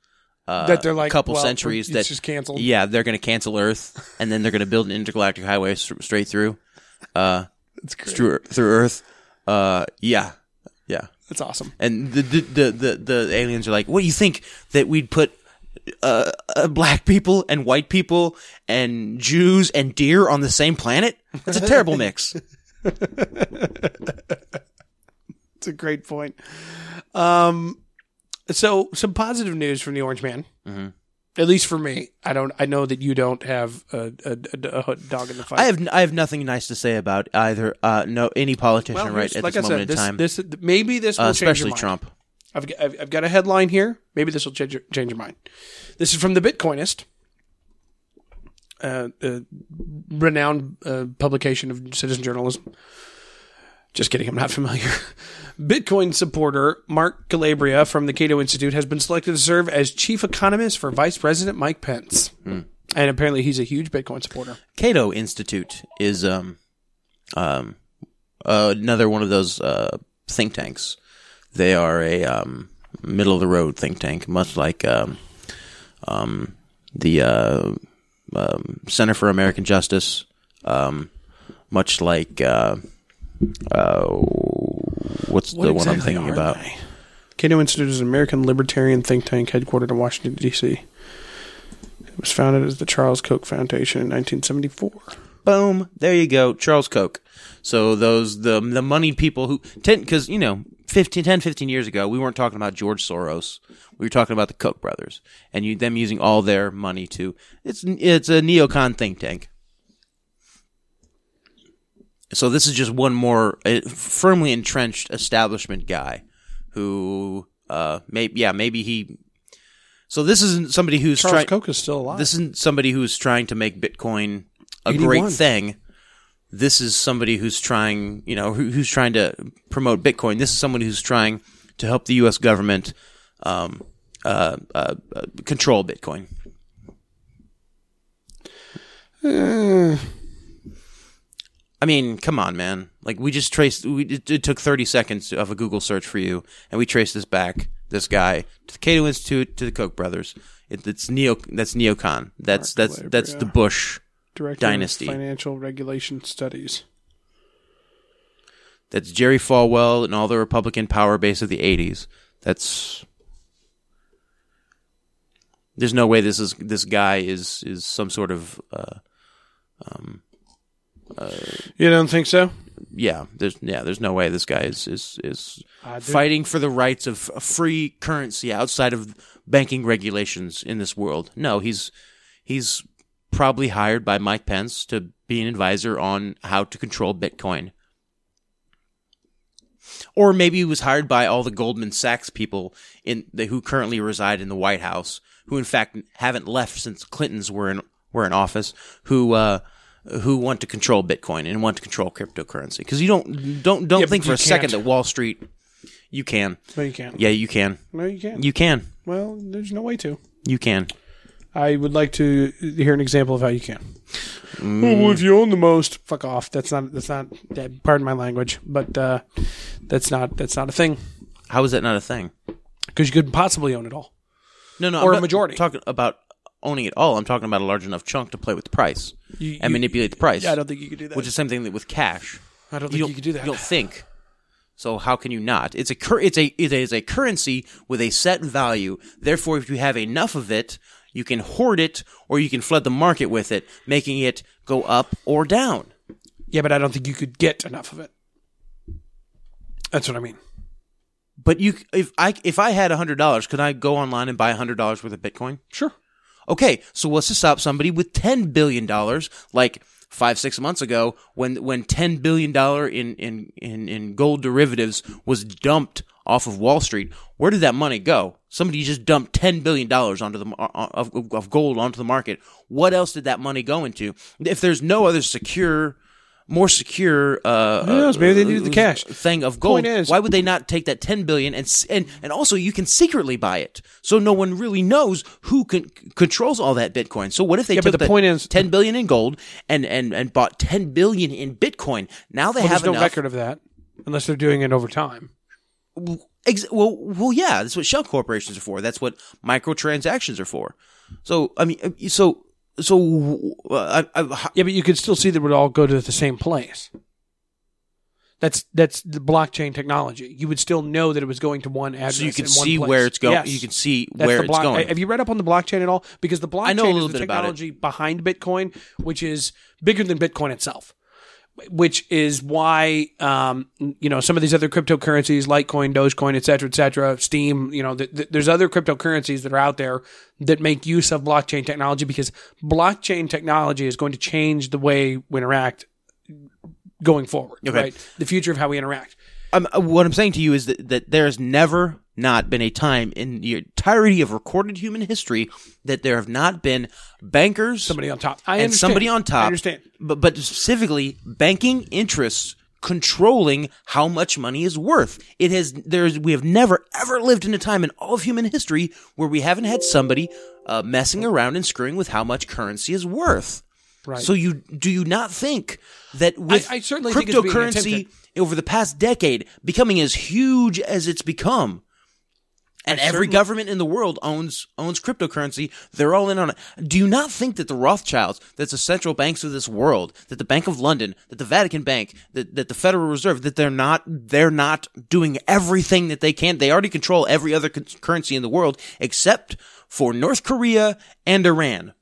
S2: uh,
S1: That they're like,
S2: couple
S1: well,
S2: centuries
S1: it's
S2: that
S1: just canceled.
S2: Yeah, they're going to cancel Earth, and then they're going to build an intergalactic highway s- straight through, uh, through through Earth. Uh, yeah, yeah.
S1: That's awesome.
S2: And the the, the the the aliens are like, "What do you think that we'd put uh, uh, black people and white people and Jews and deer on the same planet? That's a terrible mix."
S1: It's a great point. Um, so some positive news from the Orange Man.
S2: Mm-hmm.
S1: At least for me, I don't. I know that you don't have a, a, a, a dog in the fight.
S2: I have I have nothing nice to say about either uh, no any politician
S1: Well,
S2: right
S1: here's-
S2: at
S1: like
S2: this
S1: I
S2: moment
S1: said,
S2: in
S1: this,
S2: time,
S1: This, maybe this
S2: uh,
S1: will change your
S2: especially
S1: mind.
S2: Trump.
S1: I've, got- I've, I've got a headline here. Maybe this will change your, change your mind. This is from the Bitcoinist, uh, uh, renowned uh, publication of citizen journalism. Just kidding, I'm not familiar. Bitcoin supporter Mark Calabria from the Cato Institute has been selected to serve as chief economist for Vice President Mike Pence. And apparently, he's a huge Bitcoin supporter.
S2: Cato Institute is um um uh, another one of those uh, think tanks. They are a um, middle of the road think tank, much like um, um, the uh, um, Center for American Justice, um, much like uh, uh, what's the one I'm thinking about?
S1: Cato Institute is an American libertarian think tank headquartered in Washington, D.C. It was founded as the Charles Koch Foundation in 1974.
S2: Boom. There you go. Charles Koch. So those the the moneyed people who ten because you know 15, 10, 15 years ago we weren't talking about George Soros. We were talking about the Koch brothers and you them using all their money to it's it's a neocon think tank. So this is just one more uh, firmly entrenched establishment guy who uh maybe yeah maybe he. So this isn't somebody who's
S1: Charles
S2: trying.
S1: Koch is still alive.
S2: This isn't somebody who's trying to make Bitcoin a
S1: 81.
S2: great thing. This is somebody who's trying, you know, who, who's trying to promote Bitcoin. This is someone who's trying to help the U.S. government um, uh, uh, uh, control Bitcoin. I mean, come on, man! Like we just traced. We, it, it took thirty seconds of a Google search for you, and we traced this back. This guy to the Cato Institute to the Koch brothers. It, it's neo. That's neocon. That's that's that's the Bush.
S1: Director
S2: Dynasty.
S1: of Financial Regulation Studies.
S2: That's Jerry Falwell and all the Republican power base of the 80s. That's There's no way this is this guy is is some sort of uh
S1: You don't think so?
S2: yeah, there's yeah, there's no way this guy is is is fighting for the rights of a free currency outside of banking regulations in this world. No, he's he's probably hired by Mike Pence to be an advisor on how to control Bitcoin. Or maybe he was hired by all the Goldman Sachs people in the, who currently reside in the White House, who in fact haven't left since Clinton's were in were in office, who uh, who want to control Bitcoin and want to control cryptocurrency. Because you don't don't don't
S1: Yeah,
S2: think
S1: but
S2: for
S1: you
S2: a second
S1: can't.
S2: that Wall Street you can.
S1: No, you can't.
S2: Yeah, you can.
S1: No, you can't.
S2: You can.
S1: well, there's no way to.
S2: You can.
S1: I would like to hear an example of how you can.
S2: Mm.
S1: Oh, well, if you own the most, fuck off. That's not. That's not. that- Pardon my language, but uh, that's not. That's not a thing
S2: How is that not a thing?
S1: because you couldn't possibly own it all.
S2: No, no,
S1: Or
S2: I'm
S1: a
S2: not
S1: majority.
S2: Talking about owning it all, I'm talking about a large enough chunk to play with the price
S1: You-
S2: and
S1: you-
S2: manipulate the price.
S1: Yeah, I don't think you could do that.
S2: which is the same thing that with cash.
S1: I don't think
S2: You
S1: you,
S2: don't,
S1: could do
S2: you
S1: that.
S2: don't think. So how can you not? It's a cur- it's a it is a currency with a set value. Therefore, if you have enough of it, you can hoard it or you can flood the market with it, making it go up or down.
S1: Yeah, but I don't think you could get enough of it. That's what I mean.
S2: But you if I if I had $100, could I go online and buy $100 worth of Bitcoin?
S1: Sure.
S2: Okay, so what's to stop somebody with ten billion dollars, like five six months ago, when when ten billion dollar in, in in in gold derivatives was dumped off of Wall Street? Where did that money go? Somebody just dumped ten billion dollars onto the mar- of, of- of gold onto the market. What else did that money go into? If there's no other secure, more secure, uh,
S1: Who knows? Maybe they needed the cash.
S2: thing of gold.
S1: Point is-
S2: why would they not take that ten billion and s- and and also you can secretly buy it, so no one really knows who con- controls all that Bitcoin. So what if they
S1: Yeah, but
S2: took
S1: the
S2: that
S1: point is-
S2: ten billion in gold and and and bought ten billion in Bitcoin? Now they
S1: Well,
S2: have
S1: there's no
S2: enough.
S1: record of that unless they're doing it over time.
S2: Ex- well, well, yeah, that's what shell corporations are for. That's what microtransactions are for. So, I mean, uh, so, so, uh, I, I,
S1: Yeah, but you could still see that it would all go to the same place. That's that's the blockchain technology. You would still know that it was going to one address.
S2: so you can
S1: in one
S2: see
S1: place.
S2: where it's going.
S1: Yes.
S2: You can see
S1: That's
S2: where
S1: the
S2: it's
S1: block-
S2: going.
S1: Have you read up on the blockchain at all? Because the blockchain
S2: know a little
S1: is the
S2: bit about it.
S1: technology behind Bitcoin, which is bigger than Bitcoin itself. Which is why um, you know some of these other cryptocurrencies, Litecoin, Dogecoin, et cetera, et cetera, Steam. You know, th- th- there's other cryptocurrencies that are out there that make use of blockchain technology because blockchain technology is going to change the way we interact going forward.
S2: Okay.
S1: Right, the future of how we interact.
S2: I'm, uh, what I'm saying to you is that, that there has never not been a time in the entirety of recorded human history that there have not been bankers,
S1: Somebody on top. I
S2: and
S1: understand.
S2: somebody on top.
S1: I understand.
S2: But, but specifically, banking interests controlling how much money is worth. It has there's we have never ever lived in a time in all of human history where we haven't had somebody uh, messing around and screwing with how much currency is worth.
S1: Right.
S2: So you do you not think that with
S1: I certainly think it's being
S2: cryptocurrency
S1: attempted.
S2: over the past decade becoming as huge as it's become? And every government in the world owns owns cryptocurrency. They're all in on it. Do you not think that the Rothschilds, that the central banks of this world, that the Bank of London, that the Vatican Bank, that, that the Federal Reserve, that they're not they're not doing everything that they can. They already control every other con- currency in the world except for North Korea and Iran.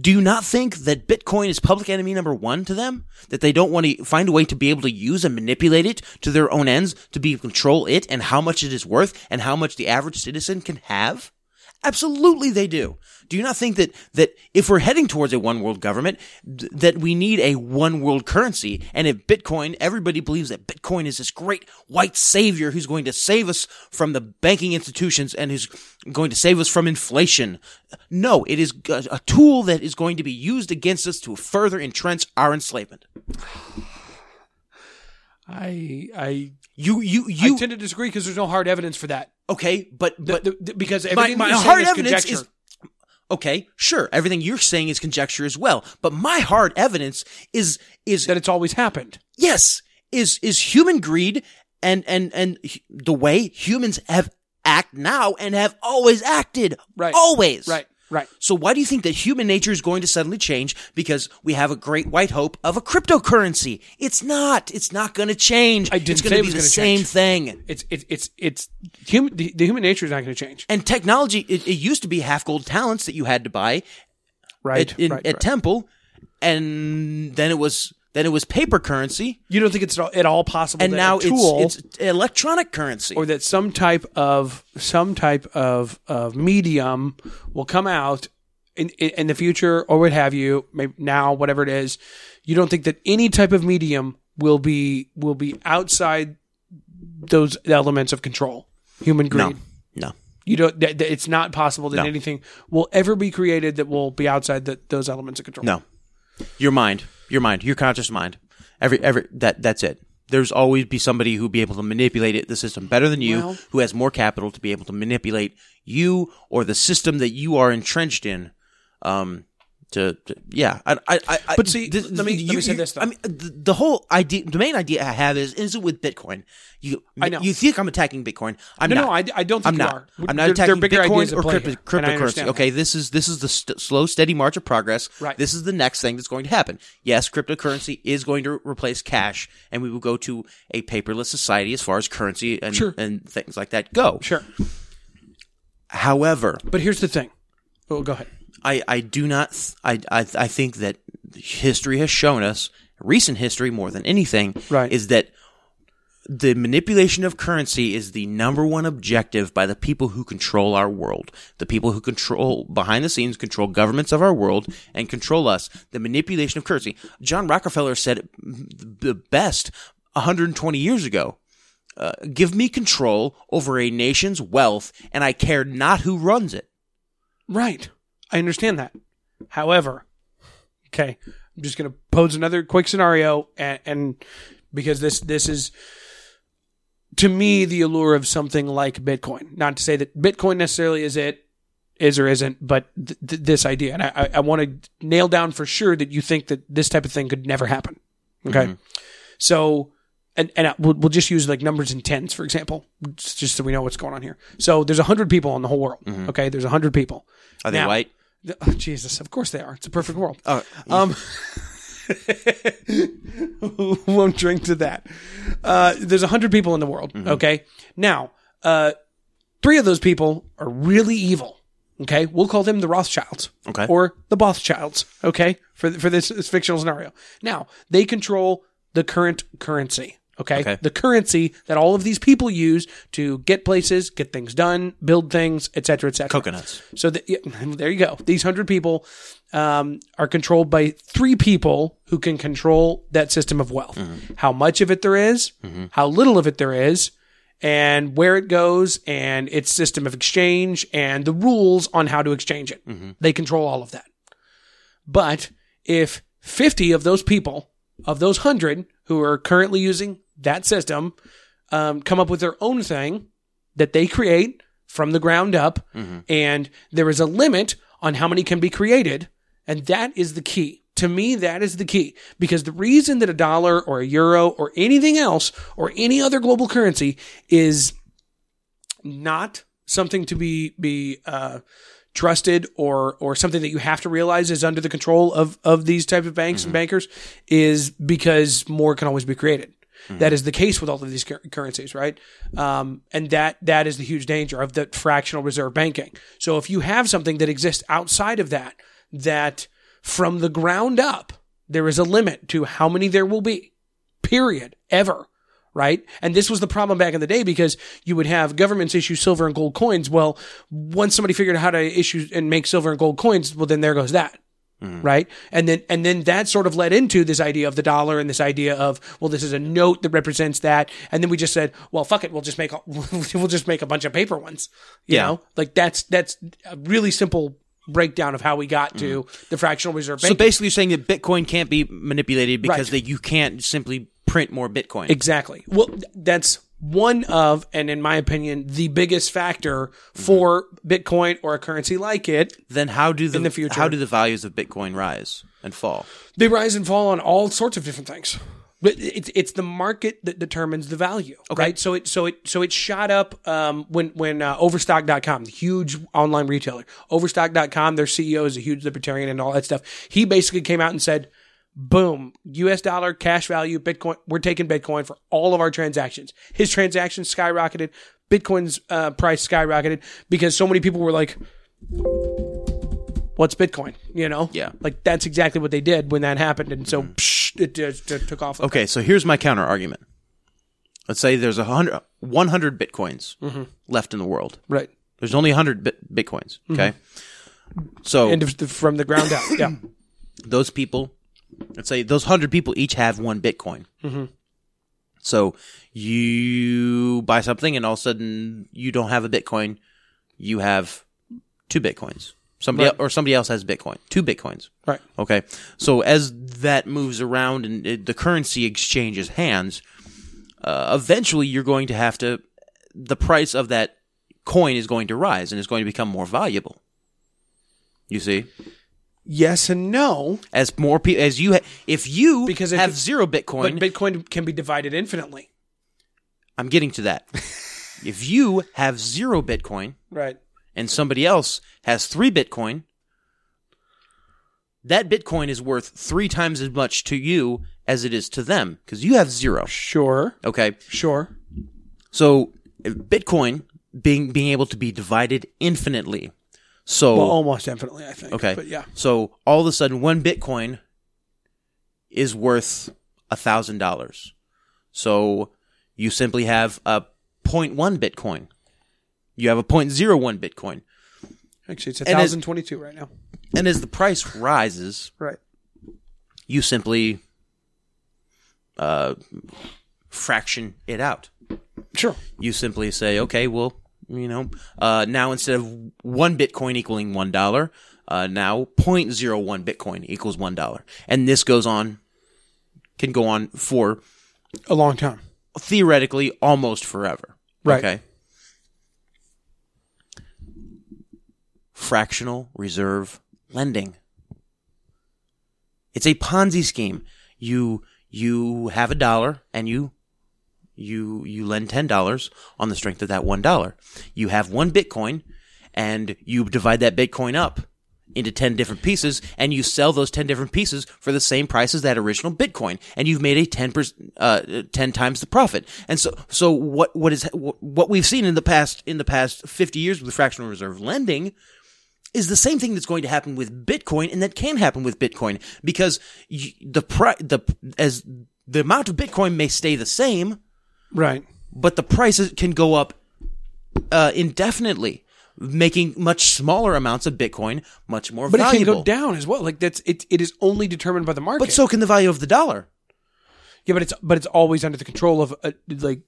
S2: Do you not think that Bitcoin is public enemy number one to them? That they don't want to find a way to be able to use and manipulate it to their own ends, to be control it and how much it is worth and how much the average citizen can have? Absolutely they do. Do you not think that, that if we're heading towards a one world government, th- that we need a one world currency? And if Bitcoin, everybody believes that Bitcoin is this great white savior who's going to save us from the banking institutions and who's going to save us from inflation. No, it is a a tool that is going to be used against us to further entrench our enslavement.
S1: I I
S2: You, you, you.
S1: I tend to disagree because there's no hard evidence for that.
S2: okay, but, but
S1: But because
S2: my,
S1: everything
S2: my
S1: you're saying
S2: hard
S1: is
S2: evidence
S1: conjecture.
S2: is okay sure everything you're saying is conjecture as well but my hard evidence is is
S1: that it's always happened.
S2: yes is is human greed and and and hu- the way humans have act now and have always acted
S1: Right.
S2: always
S1: Right. Right.
S2: so why do you think that human nature is going to suddenly change because we have a great white hope of a cryptocurrency? It's not. It's not going to change.
S1: I didn't
S2: it's
S1: say
S2: going
S1: it
S2: to be
S1: was
S2: the
S1: gonna
S2: same
S1: change.
S2: thing.
S1: It's it's it's it's human. The, the human nature is not going to change.
S2: And technology, it, it used to be half gold talents that you had to buy
S1: Right.
S2: at, in,
S1: right,
S2: at
S1: right.
S2: Temple, and then it was then it was paper currency,
S1: you don't think it's at all, at all possible.
S2: and
S1: that
S2: now
S1: a tool
S2: it's it's electronic currency.
S1: or that some type of some type of of medium will come out in in, in the future or what have you maybe now whatever it is you don't think that any type of medium will be will be outside those elements of control human greed
S2: no, no,
S1: you don't that, that it's not possible that
S2: No.
S1: anything will ever be created that will be outside the, those elements of control
S2: no. Your mind, your mind, your conscious mind. Every every that that's it. There's always be somebody who be able to manipulate it, the system better than you,
S1: Well-
S2: who has more capital to be able to manipulate you or the system that you are entrenched in. Um, to, to yeah, I, I, I I-
S1: But see, let me- let me say this, though.
S2: I mean, the, the whole idea, the main idea I have is, is it with Bitcoin? You,
S1: I know.
S2: you think I'm attacking Bitcoin? I'm
S1: No,
S2: not.
S1: no, I- I don't think
S2: I'm
S1: you
S2: not.
S1: are.
S2: I'm not
S1: There- there are
S2: attacking
S1: bigger ideas
S2: Bitcoin
S1: at
S2: or
S1: play
S2: crypto,
S1: here, and I
S2: cryptocurrency.
S1: understand
S2: Okay, this is this is the st- slow, steady march of progress.
S1: Right.
S2: This is the next thing that's going to happen. Yes, cryptocurrency is going to replace cash, and we will go to a paperless society as far as currency and
S1: Sure.
S2: and things like that go.
S1: sure
S2: However,
S1: but here's the thing oh go ahead
S2: I, I do not th- I, I I think that history has shown us recent history more than anything
S1: Right.
S2: is that the manipulation of currency is the number one objective by the people who control our world the people who control behind the scenes control governments of our world and control us the manipulation of currency John Rockefeller said it the best 120 years ago uh, give me control over a nation's wealth and I care not who runs it
S1: Right. I understand that. However, okay, I'm just going to pose another quick scenario and, and because this this is to me the allure of something like Bitcoin. Not to say that Bitcoin necessarily is it is or isn't, but th- th- this idea and I I, I want to nail down for sure that you think that this type of thing could never happen. Okay. So and and I- we'll, we'll just use like numbers in tens for example, s- just so we know what's going on here. So there's hundred people in the whole world. Okay, there's hundred people.
S2: Are they
S1: Now-
S2: white?
S1: The- oh, Jesus, of course they are. It's a perfect world.
S2: Oh,
S1: Um, who won't drink to that? Uh, there's 100 people in the world.
S2: Mm-hmm.
S1: Okay. Now, uh, three of those people are really evil. Okay. We'll call them the Rothschilds.
S2: Okay.
S1: Or the Bothschilds. Okay. For, for this, this fictional scenario. Now, they control the current currency. Okay?
S2: Okay.
S1: The currency that all of these people use to get places, get things done, build things, et cetera, et cetera.
S2: Coconuts.
S1: So the, yeah, there you go. These hundred people um, are controlled by three people who can control that system of wealth. How much of it there is, how little of it there is, and where it goes, and its system of exchange, and the rules on how to exchange it. They control all of that. But if 50 of those people, of those 100 who are currently using that system, um, come up with their own thing that they create from the ground up, and there is a limit on how many can be created, and that is the key. To me, that is the key because the reason that a dollar or a euro or anything else or any other global currency is not something to be be uh, trusted or or something that you have to realize is under the control of of these type of banks and bankers is because more can always be created. That is the case with all of these cur- currencies, right? Um, and that that is the huge danger of the fractional reserve banking. So if you have something that exists outside of that, that from the ground up there is a limit to how many there will be period ever right and this was the problem back in the day because you would have governments issue silver and gold coins well once somebody figured out how to issue and make silver and gold coins well then there goes that right and then and then that sort of led into this idea of the dollar and this idea of well this is a note that represents that and then we just said well fuck it we'll just make a, we'll just make a bunch of paper ones you
S2: Yeah.
S1: know like that's that's a really simple breakdown of how we got to the fractional reserve
S2: So
S1: banking.
S2: basically, you're saying that Bitcoin can't be manipulated because
S1: Right.
S2: that you can't simply print more Bitcoin.
S1: Exactly. Well, th- that's one of, and in my opinion, the biggest factor for Bitcoin or a currency like it.
S2: then how do the,
S1: In the future.
S2: how do the values of Bitcoin rise and fall?
S1: They rise and fall on all sorts of different things. But it's it's the market that determines the value, right? So it so it so it shot up um, when when uh, Overstock.com, the huge online retailer, Overstock.com, their CEO is a huge libertarian and all that stuff. He basically came out and said, boom, US dollar, cash value, Bitcoin. We're taking Bitcoin for all of our transactions. His transactions skyrocketed. Bitcoin's uh, price skyrocketed because so many people were like, what's Bitcoin? You know?
S2: Yeah.
S1: Like that's exactly what they did when that happened. And so psh, it just uh, took off.
S2: Mm-hmm. Okay, so here's my counter argument. Let's say there's a hundred, 100 Bitcoins
S1: Mm-hmm.
S2: left in the world.
S1: Right.
S2: There's only 100 bit- Bitcoins. Okay. So
S1: Mm-hmm. And if the- from the ground up. Yeah.
S2: those people, let's say those 100 people each have one Bitcoin. So you buy something and all of a sudden you don't have a Bitcoin. You have two Bitcoins. Somebody
S1: Right.
S2: el- or somebody else has Bitcoin. Two Bitcoins.
S1: Right.
S2: Okay. So as that moves around and it, the currency exchanges hands, uh, eventually you're going to have to, the price of that coin is going to rise and it's going to become more valuable. You see,
S1: Yes and no.
S2: as more people, as you, ha- if you
S1: Because if
S2: have
S1: it-
S2: zero Bitcoin,
S1: But Bitcoin can be divided infinitely.
S2: I'm getting to that. if you have zero Bitcoin
S1: Right.
S2: and somebody else has three Bitcoin, that Bitcoin is worth three times as much to you as it is to them because you have zero.
S1: Sure.
S2: Okay.
S1: Sure.
S2: So Bitcoin being being able to be divided infinitely. So
S1: Well, almost infinitely, I think.
S2: Oh. okay,
S1: But yeah.
S2: So all of a sudden, one Bitcoin is worth a thousand dollars. So you simply have a 0.1 Bitcoin. You have a 0.01 Bitcoin,
S1: Actually, it's
S2: it-
S1: 1,022 right now.
S2: and as the price rises,
S1: Right.
S2: you simply uh, fraction it out.
S1: Sure.
S2: you simply say, okay, well, you know, uh, now instead of one Bitcoin equaling one dollar, uh, now 0.01 Bitcoin equals one dollar, and this goes on, can go on for
S1: A long time.
S2: theoretically almost forever.
S1: Right.
S2: Okay. Fractional reserve lending. It's a Ponzi scheme. You you have a dollar and you you you lend ten dollars on the strength of that one dollar. You have one Bitcoin, and you divide that Bitcoin up into ten different pieces, and you sell those ten different pieces for the same price as that original Bitcoin, and you've made a ten percent, uh, ten times the profit. And so, so what what is what we've seen in the past in the past fifty years with fractional reserve lending is the same thing that's going to happen with Bitcoin, and that can happen with Bitcoin because y the pri- the as the amount of Bitcoin may stay the same,
S1: Right.
S2: but the prices can go up uh, indefinitely, making much smaller amounts of Bitcoin much more
S1: But it
S2: valuable.
S1: can go down as well. Like that's it. It is only determined by the market.
S2: But so can the value of the dollar.
S1: yeah, but it's but it's always under the control of uh, like,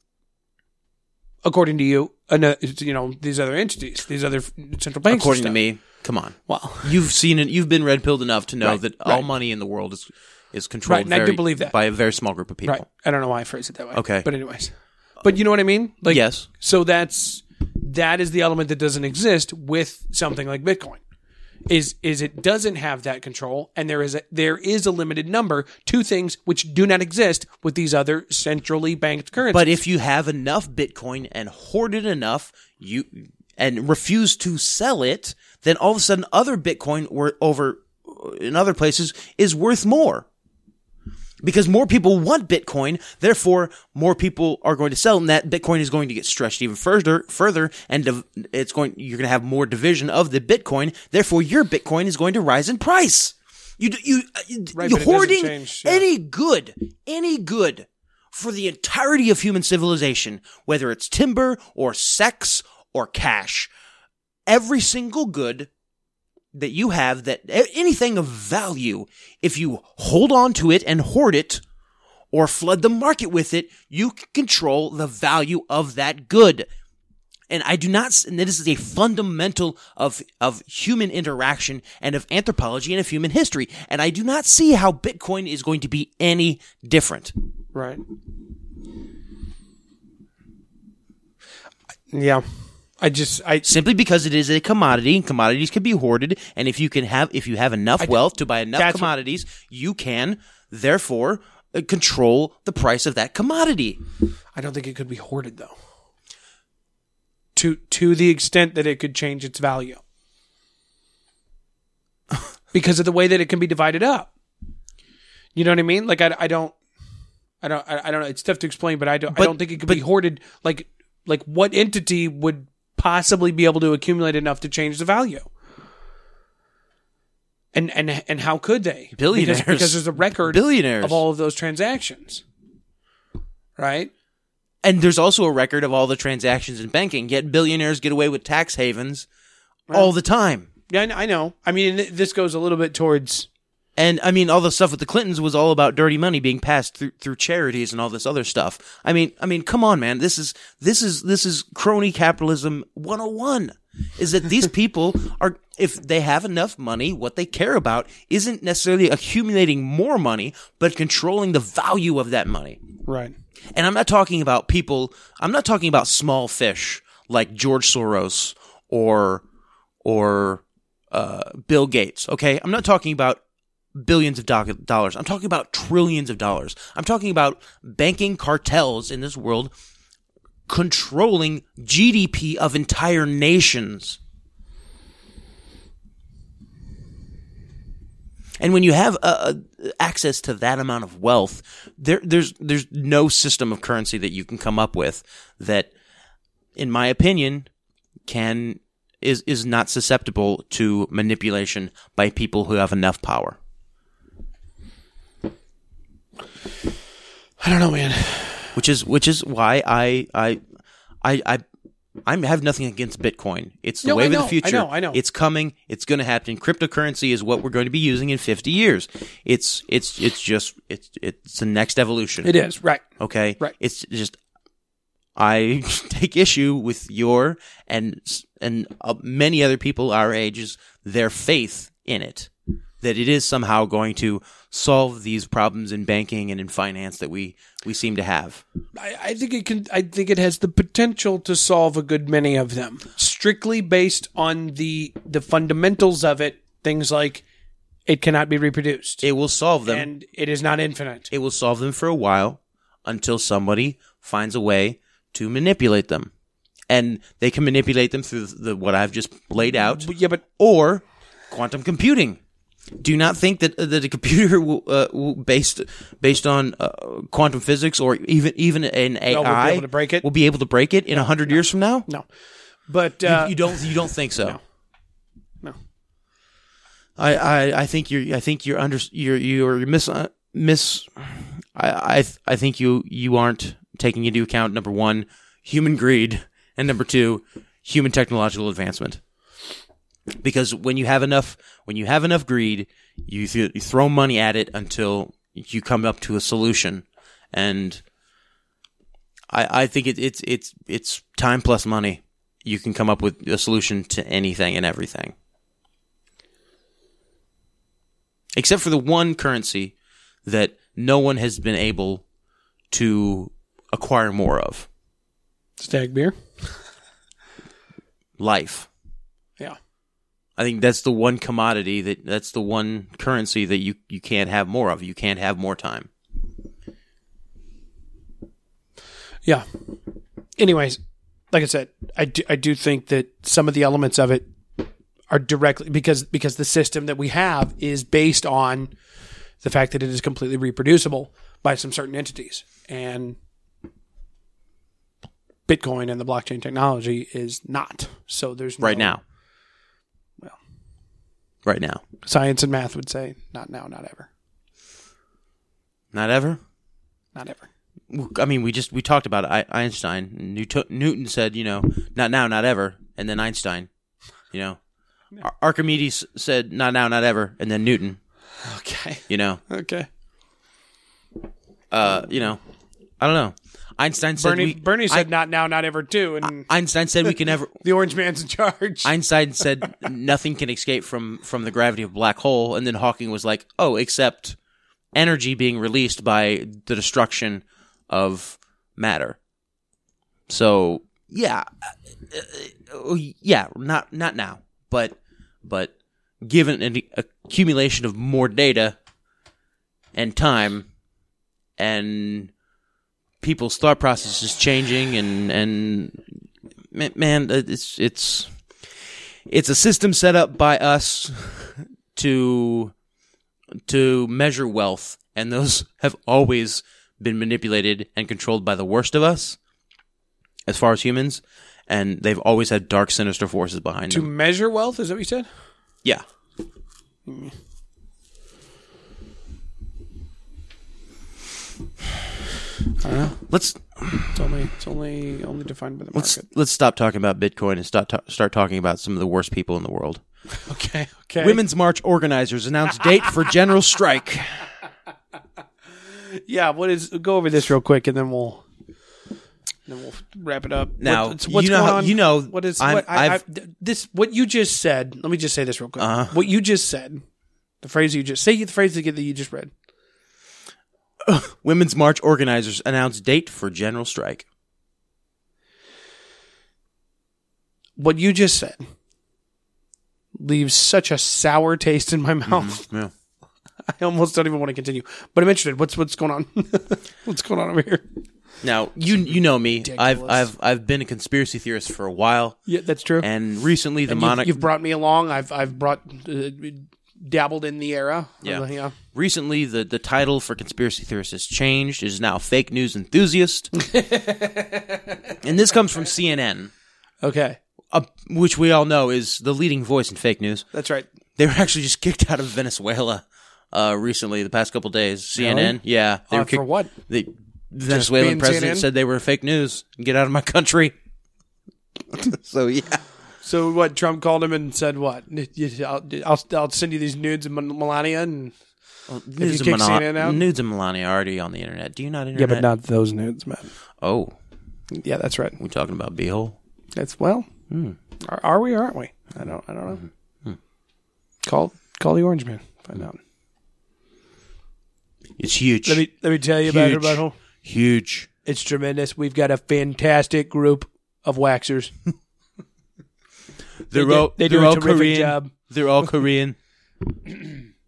S1: according to you, another, you know these other entities, these other central banks. and
S2: according to
S1: stuff.
S2: me, come on.
S1: Well,
S2: You've seen it. You've been red pilled enough to know
S1: Right,
S2: that all
S1: right.
S2: money in the world is is controlled.
S1: Right, and I do
S2: very-
S1: believe that.
S2: by a very small group of people.
S1: right. I don't know why I phrased it that way.
S2: Okay.
S1: But anyways, but you know what I mean. Like
S2: Yes.
S1: So that's that is the element that doesn't exist with something like Bitcoin. Is is it doesn't have that control, and there is a there is a limited number to things which do not exist with these other centrally banked currencies.
S2: But if you have enough Bitcoin and hoard it enough, you and refuse to sell it, then all of a sudden other Bitcoin were over in other places is worth more. Because more people want Bitcoin, therefore more people are going to sell, and that Bitcoin is going to get stretched even further, further, and div- it's going. You're going to have more division of the Bitcoin. Therefore, your Bitcoin is going to rise in price. You d- you, uh, you
S1: Right,
S2: you
S1: but it doesn't
S2: hoarding
S1: change, yeah.
S2: any good, any good for the entirety of human civilization, whether it's timber or sex or cash. Every single good that you have, that a- anything of value, if you hold on to it and hoard it or flood the market with it, you can control the value of that good. And I do not, s- and this is a fundamental of, of human interaction and of anthropology and of human history. And I do not see how Bitcoin is going to be any different.
S1: Right. Yeah. I just I
S2: simply because it is a commodity and commodities can be hoarded and if you can have if you have enough wealth to buy enough
S1: that's what-
S2: commodities you can therefore uh, control the price of that commodity
S1: I don't think it could be hoarded though. To to the extent that it could change its value. because of the way that it can be divided up. You know what I mean? Like I, I don't I don't I, I don't know. It's tough to explain, but I don't I
S2: But-
S1: don't think it could be
S2: but-
S1: hoarded like like what entity would possibly be able to accumulate enough to change the value? And and and how could they? Because-
S2: Billionaires.
S1: Because, there's a record
S2: Billionaires.
S1: of all of those transactions. Right?
S2: and there's also a record of all the transactions in banking yet billionaires get away with tax havens all the time
S1: Yeah, I kn- I know. I mean, th- this goes a little bit towards
S2: and I mean, all the stuff with the Clintons was all about dirty money being passed through through charities and all this other stuff. I mean, I mean, come on, man. This is this is this is crony capitalism 101. Is that these people are, if they have enough money, what they care about isn't necessarily accumulating more money, but controlling the value of that money.
S1: right.
S2: And I'm not talking about people. I'm not talking about small fish like George Soros or or uh, Bill Gates. Okay, I'm not talking about billions of do- dollars. I'm talking about trillions of dollars. I'm talking about banking cartels in this world controlling GDP of entire nations. And when you have uh, uh, access to that amount of wealth, there, there's there's no system of currency that you can come up with that, in my opinion, can is is not susceptible to manipulation by people who have enough power.
S1: I don't know, man.
S2: Which is which is why I I I I. I have nothing against Bitcoin. It's the
S1: No, I
S2: wave
S1: know,
S2: of
S1: I
S2: the future.
S1: know, I know.
S2: It's coming. It's going to happen. Cryptocurrency is what we're going to be using in 50 years. It's it's it's just it's it's the next evolution.
S1: It is right.
S2: Okay.
S1: Right.
S2: It's just I take issue with your and and uh, many other people our ages their faith in it that it is somehow going to solve these problems in banking and in finance that we we seem to have.
S1: I, I think it can. I think it has the potential to solve a good many of them, strictly based on the the fundamentals of it. Things like it cannot be reproduced
S2: It will solve them.
S1: and it is not infinite.
S2: it will solve them for a while until somebody finds a way to manipulate them. And they can manipulate them through the, what I've just laid out.
S1: But- yeah, but
S2: or quantum computing. Do you not think that that a computer will, uh, will based based on uh, quantum physics or even even an AI
S1: we'll be able to break it?
S2: will be able to break it in a hundred years from now?
S1: no, but
S2: You-
S1: uh,
S2: you, don't you don't think so?
S1: No. No.
S2: I, I, I think you're I think you're under you're you're mis uh, miss I I th- I think you you aren't taking into account number one human greed and number two human technological advancement because when you have enough when you have enough greed you, th- you throw money at it until you come up to a solution and I I think it, it's it's it's time plus money you can come up with a solution to anything and everything except for the one currency that no one has been able to acquire more of
S1: stag beer.
S2: life
S1: Yeah,
S2: i think that's the one commodity that that's the one currency that you you can't have more of you can't have more time
S1: yeah. Anyways, like I said, I do, I do think that some of the elements of it are directly because because the system that we have is based on the fact that it is completely reproducible by some certain entities and bitcoin and the blockchain technology is not so there's
S2: right
S1: no-
S2: now
S1: Well.
S2: right now
S1: science and math would say not now not ever
S2: not ever
S1: not ever
S2: I mean, we just we talked about I- Einstein. Newton, Newton said, you know, not now, not ever, and then Einstein. You know, Ar- Archimedes said, not now, not ever, and then Newton.
S1: okay
S2: You know,
S1: okay
S2: uh, you know, I don't know. Einstein said,
S1: bernie
S2: we,
S1: bernie said not now not ever too and
S2: Einstein said we can never.
S1: the orange man's in charge
S2: Einstein said nothing can escape from from the gravity of a black hole, and then Hawking was like, oh, except energy being released by the destruction of matter. So yeah, uh, yeah, not not now, but but given an accumulation of more data and time and people's thought processes changing and and ma- man uh, it's it's it's a system set up by us to to measure wealth and those have always been manipulated and controlled by the worst of us as far as humans and they've always had dark sinister forces behind
S1: to
S2: them
S1: measure wealth is that what you said
S2: yeah. Let's
S1: it's only it's only only defined by the
S2: let's
S1: market
S2: let's stop talking about Bitcoin and start ta- start talking about some of the worst people in the world.
S1: okay okay
S2: Women's March organizers announce date for general strike.
S1: yeah what is go over this real quick and then we'll then we'll wrap it up
S2: Now,
S1: What- what's
S2: you know
S1: going
S2: how-
S1: on
S2: you know,
S1: what is
S2: I'm-
S1: what I, I,
S2: I've- Uh-huh.
S1: this what you just said let me just say this real quick what you just said the phrase you just say the phrase that you just read
S2: Women's March organizers announce date for general strike.
S1: what you just said leaves such a sour taste in my mouth.
S2: Yeah.
S1: I almost don't even want to continue. But I'm interested. What's what's going on? what's going on over here?
S2: Now, you you know me. I've
S1: Ridiculous.
S2: I've I've been a conspiracy theorist for a while,
S1: Yeah, that's true.
S2: and recently the
S1: And
S2: monarch.
S1: you've, you've brought me along. I've I've brought uh, dabbled in the era. Uh,
S2: Yeah.
S1: yeah.
S2: Recently, the, the title for conspiracy theorist has changed. It is now fake news enthusiast. and this comes from CNN,
S1: Okay,
S2: uh, which we all know is the leading voice in fake news.
S1: that's right.
S2: They were actually just kicked out of Venezuela uh, recently, the past couple days. CNN, yeah. They
S1: Uh,
S2: were kicked,
S1: for what?
S2: The the Venezuelan
S1: being
S2: president
S1: CNN?
S2: said they were fake news. Get out of my country. so, yeah.
S1: So what? Trump called him and said what? I'll, I'll, I'll send you these nudes of Mel- Melania and
S2: Nudes of,
S1: kick
S2: Mela-
S1: CNN out?
S2: nudes of Melania are already on the internet. Do you not internet?
S1: not those nudes, man.
S2: Oh,
S1: Yeah, that's right.
S2: we talking about beehole?
S1: That's well. Are, are we? or Aren't we? I don't. I don't know. Call call the orange man. Find out.
S2: It's huge.
S1: Let me let me tell you about it,
S2: huge,
S1: Rebuttal.
S2: huge.
S1: It's tremendous. We've got a fantastic group of waxers.
S2: They're
S1: do-
S2: all
S1: they do
S2: they're
S1: a
S2: all
S1: terrific
S2: Korean.
S1: job.
S2: They're all Korean.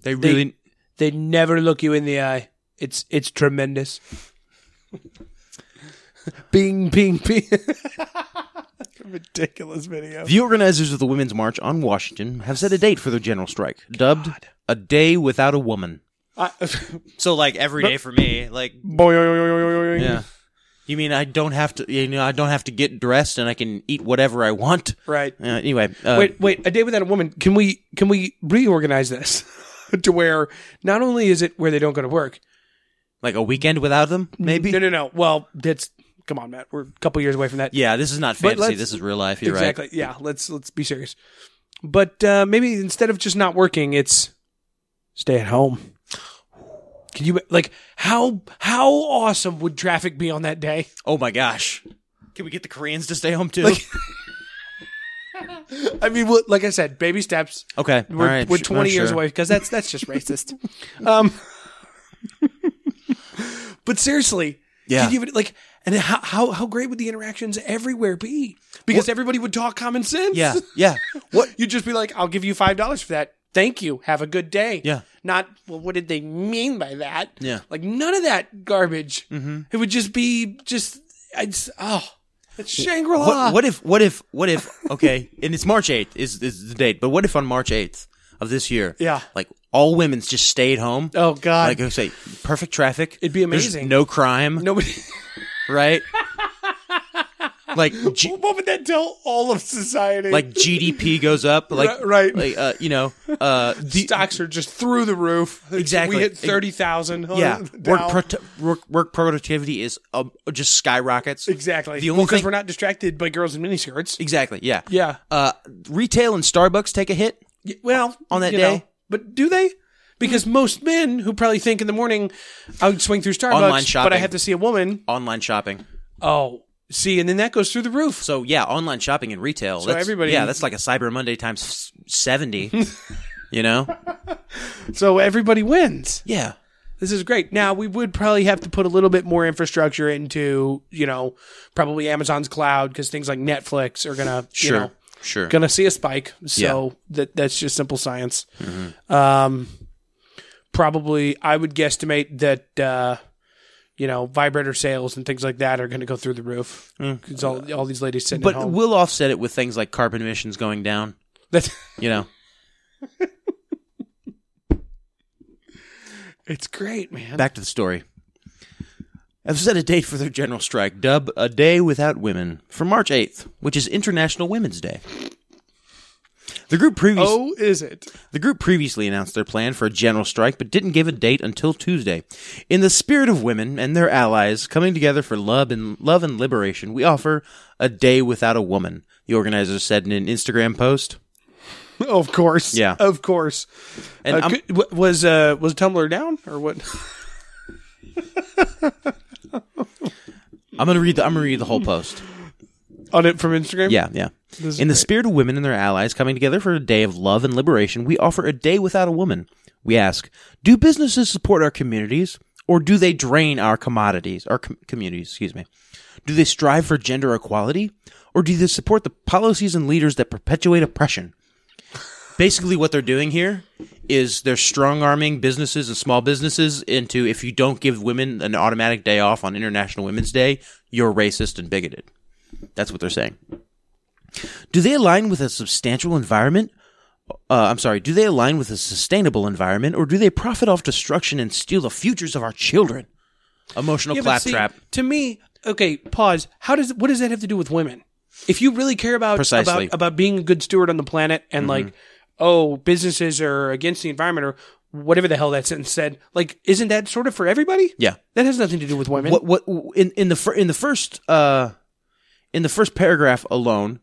S2: they really
S1: They never look you in the eye. It's it's tremendous. Bing, bing, bing. Ridiculous video.
S2: The organizers of the Women's March on Washington have set a date for their general strike, dubbed "A Day Without a Woman."
S1: I,
S2: So, like every day for me, like
S1: boy,
S2: yeah. You mean I don't have to? You know, I don't have to get dressed, and I can eat whatever I want.
S1: Right.
S2: Uh, anyway, uh,
S1: wait, wait. A day without a woman. Can we can we reorganize this to where not only is it where they don't go to work?
S2: like a weekend without them, maybe.
S1: No, no, no. Well, that's come on, Matt. We're a couple years away from that.
S2: Yeah, this is not
S1: But
S2: fantasy.
S1: let's-
S2: This is real life. You're
S1: exactly. Yeah. Let's let's be serious. But uh, maybe instead of just not working, it's stay at home. Can you like how how awesome would traffic be on that day?
S2: right. Oh my gosh, can we get the Koreans to stay home too?
S1: I mean, what, like I said, baby steps.
S2: okay,
S1: We're,
S2: all right,
S1: we're
S2: sh-
S1: 20 years
S2: sure.
S1: away because that's that's just racist. um, but seriously,
S2: Yeah.
S1: can you even, like, and how, how how great would the interactions everywhere be? Because everybody would talk common sense.
S2: Yeah, yeah. What?
S1: You'd just be like, "I'll give you five dollars for that. Thank you. Have a good day."
S2: Yeah.
S1: Not well. What did they mean by that?
S2: Yeah. Mm-hmm.
S1: Like none of that garbage. It would just be just. I'd s- oh, it's Shangri La.
S2: What, what if? What if? What if? Okay, and it's March eighth is is the date. But what if on March eighth of this year,
S1: Yeah.
S2: like all women's just stayed home?
S1: Oh God.
S2: Like uh, I say, perfect traffic.
S1: It'd be
S2: There's
S1: amazing.
S2: no crime,
S1: Nobody.
S2: right? like, G-
S1: what would that tell all of society?
S2: like GDP goes up. Like,
S1: Ri- right.
S2: Like, uh, you know, uh, the-
S1: stocks are just through the roof.
S2: Exactly.
S1: We hit 30,000.
S2: yeah,
S1: on-
S2: work,
S1: down.
S2: pro- work work productivity is uh, just skyrockets.
S1: exactly.
S2: The only
S1: because
S2: thing-
S1: we're not distracted by girls in miniskirts.
S2: Exactly. Yeah.
S1: Yeah.
S2: Uh, retail and Starbucks take a hit.
S1: Y- Well,
S2: On that
S1: you
S2: day? Hmm.
S1: know, but do they? Because most men who probably think in the morning, I would swing through Starbucks,
S2: Online
S1: but I
S2: shopping.
S1: have to see a woman.
S2: Online shopping.
S1: Oh, see, and then that goes through the roof.
S2: So yeah, online shopping and retail. So that's,
S1: everybody-
S2: yeah, that's like a Cyber Monday times s- seventy. you know,
S1: So everybody wins.
S2: yeah,
S1: This is great. Now we would probably have to put a little bit more infrastructure into, you know, probably Amazon's cloud because things like Netflix are gonna,
S2: sure,
S1: you know,
S2: sure.
S1: gonna see a spike. So that that's just simple science.
S2: Mm-hmm.
S1: Um, probably, I would guesstimate that uh, you know vibrator sales and things like that are going to go through the roof
S2: Mm.
S1: 'Cause all all these ladies sitting
S2: but
S1: at home.
S2: we'll offset it with things like carbon emissions going down.
S1: That's-
S2: You know,
S1: it's great, man.
S2: back to the story. I've set a date for their general strike, dub A Day Without Women, for March 8th, which is International Women's Day. The group, previous,
S1: oh, is it?
S2: the group previously announced their plan for a general strike, but didn't give a date until Tuesday. In the spirit of women and their allies coming together for love and love and liberation, we offer a day without a woman. The organizers said in an Instagram post.
S1: Of course,
S2: Yeah.
S1: of course.
S2: And
S1: Uh,
S2: I'm-
S1: could- w- was uh, was Tumblr down or what?
S2: I'm gonna read the I'm gonna read the whole post.
S1: On it from Instagram?
S2: Yeah, yeah. In
S1: is
S2: the spirit of women and their allies coming together for a day of love and liberation, we offer a day without a woman. We ask, do businesses support our communities or do they drain our commodities, our com- communities, excuse me? Do they strive for gender equality or do they support the policies and leaders that perpetuate oppression? Basically what they're doing here is they're strong arming businesses and small businesses into if you don't give women an automatic day off on International Women's Day, you're racist and bigoted. That's what they're saying. Do they align with a substantial environment? Uh, I'm sorry. Do they align with a sustainable environment, or do they profit off destruction and steal the futures of our children? Emotional
S1: Yeah, but see,
S2: claptrap.
S1: To me, okay, pause. How does what does that have to do with women? If you really care about
S2: Precisely. Mm-hmm.
S1: about, about being a good steward on the planet and like, oh, businesses are against the environment or whatever the hell that sentence said, like, isn't that sort of for everybody?
S2: Yeah.
S1: that has nothing to do with women.
S2: What? What? In in the fir- in the first uh, in the first paragraph alone,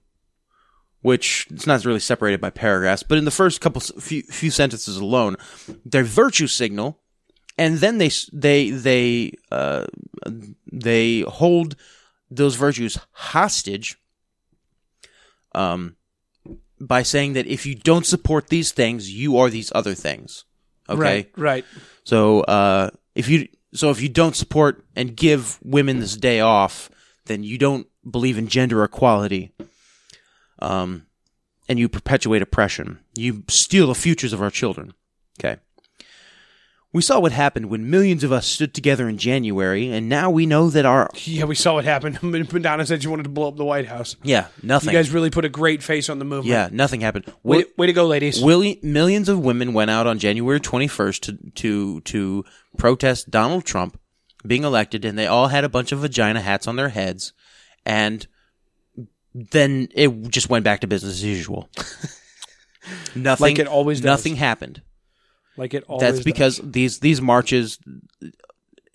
S2: which it's not really separated by paragraphs, but in the first couple s- few, few sentences alone, their virtue signal, and then they s- they they uh, they hold those virtues hostage. Um, by saying that if you don't support these things, you are these other things. Okay.
S1: Right, right.
S2: So uh, if you so if you don't support and give women this day off, then you don't believe in gender equality, um, and you perpetuate oppression. You steal the futures of our children. Okay. We saw what happened when millions of us stood together in January, and now we know that our
S1: Yeah, we saw what happened. Madonna said she wanted to blow up the White House.
S2: yeah
S1: You
S2: nothing.
S1: guys really put a great face on the movement.
S2: yeah, nothing happened.
S1: Way,
S2: Wi-
S1: way to go, ladies.
S2: Willi- millions of women went out on January 21st to, to to protest Donald Trump being elected, and they all had a bunch of vagina hats on their heads, and then it just went back to business as usual. nothing
S1: Like it always does.
S2: Nothing happened.
S1: like it always
S2: That's
S1: does.
S2: because these these marches,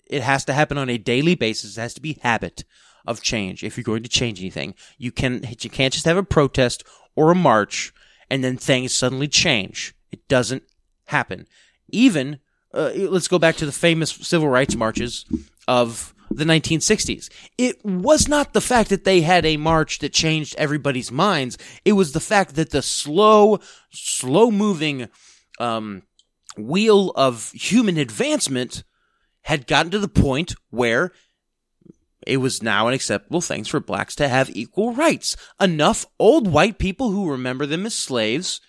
S2: it has to happen on a daily basis. It has to be habit of change. If you're going to change anything, you can you can't just have a protest or a march and then things suddenly change. It doesn't happen. Even uh, let's go back to the famous civil rights marches of the 1960s. It was not the fact that they had a march that changed everybody's minds. It was the fact that the slow, slow moving, um, wheel of human advancement had gotten to the point where it was now an acceptable thing for blacks to have equal rights. Enough old white people who remember them as slaves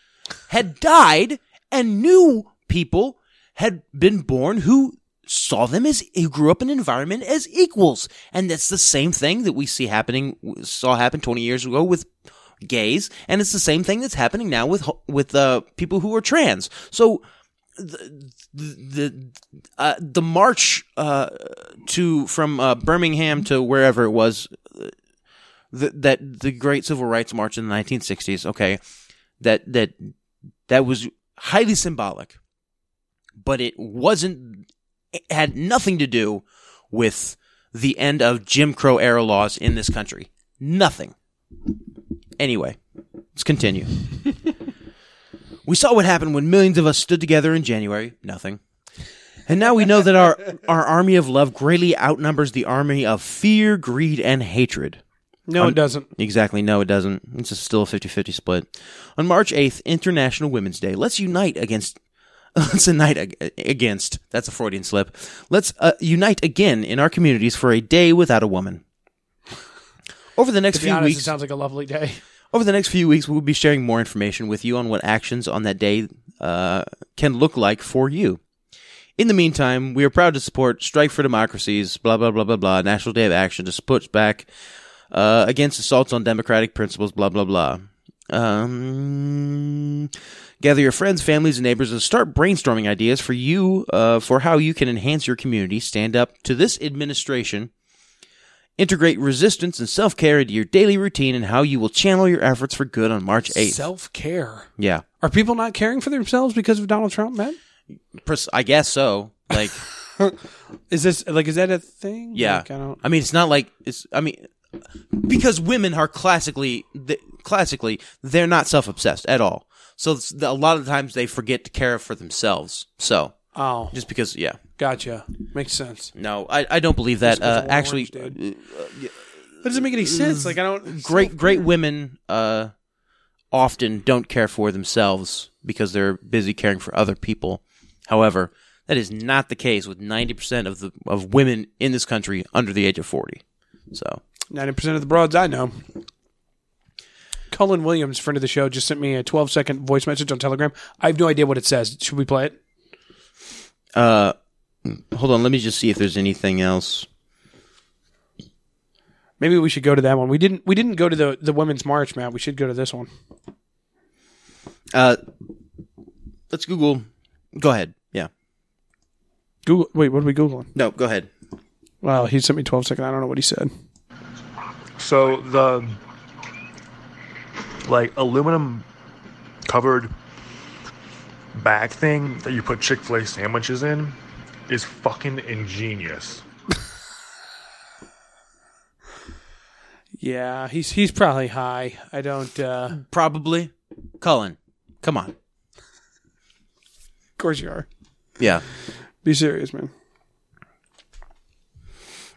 S2: had died, and new people had been born who saw them as who grew up in an environment as equals. And that's the same thing that we see happening saw happen 20 years ago with gays, and it's the same thing that's happening now with ho- with uh, people who are trans. So the uh, the march uh, to from uh, Birmingham to wherever it was uh, th- that the Great Civil Rights March in the 1960s. Okay, that that that was highly symbolic, but it wasn't. It had nothing to do with the end of Jim Crow era laws in this country. Nothing. Anyway, let's continue. We saw what happened when millions of us stood together in January. Nothing. And now we know that our, our army of love greatly outnumbers the army of fear, greed, and hatred.
S1: no, it doesn't.
S2: Exactly. No, it doesn't. It's a still a 50 50 split. On March 8th, International Women's Day, let's unite against. Let's unite ag- against. That's a Freudian slip. Let's uh, unite again in our communities for a day without a woman. Over the next
S1: To be
S2: few
S1: honest,
S2: weeks,
S1: it sounds like a lovely day.
S2: over the next few weeks, we'll be sharing more information with you on what actions on that day uh, can look like for you. In the meantime, we are proud to support Strike for Democracies, blah, blah, blah, blah, blah, National Day of Action to put back uh, against assaults on democratic principles, blah, blah, blah. Um, gather your friends, families, and neighbors and start brainstorming ideas for you uh, for how you can enhance your community, stand up to this administration, Integrate resistance and self care into your daily routine and how you will channel your efforts for good on March 8th.
S1: Self care.
S2: yeah.
S1: Are people not caring for themselves because of Donald Trump, man?
S2: Pres- I guess so. Like,
S1: Is this like is that a thing?
S2: yeah.
S1: Like, I don't.
S2: I mean, it's not like it's, I mean, because women are classically, th- classically, they're not self obsessed at all. So it's- a lot of times they forget to care for themselves. So
S1: Oh,
S2: just because, yeah.
S1: gotcha. Makes sense.
S2: No, I, I don't believe that. Uh,
S1: orange,
S2: actually,
S1: dude. That doesn't make any sense. Like I don't.
S2: great great women uh often don't care for themselves because they're busy caring for other people. However, that is not the case with 90% of the of women in this country under the age of 40. So,
S1: Ninety percent of the broads I know. Cullen Williams, friend of the show, just sent me a 12 second voice message on Telegram. I have no idea what it says. Should we play it?
S2: uh hold on, let me just see if there's anything else.
S1: Maybe we should go to that one. We didn't. We didn't go to the the women's march, Matt. We should go to this one.
S2: Uh let's Google. Go ahead. Yeah.
S1: Google. Wait, what are we googling?
S2: No, go ahead.
S1: Well, he sent me 12 second. I don't know what he said.
S6: So the like aluminum covered bag thing that you put Chick-fil-A sandwiches in is fucking ingenious.
S1: Yeah, he's he's probably high. I don't. uh Of
S2: Probably Cullen. Come on.
S1: course you are.
S2: Yeah.
S1: Be serious, man.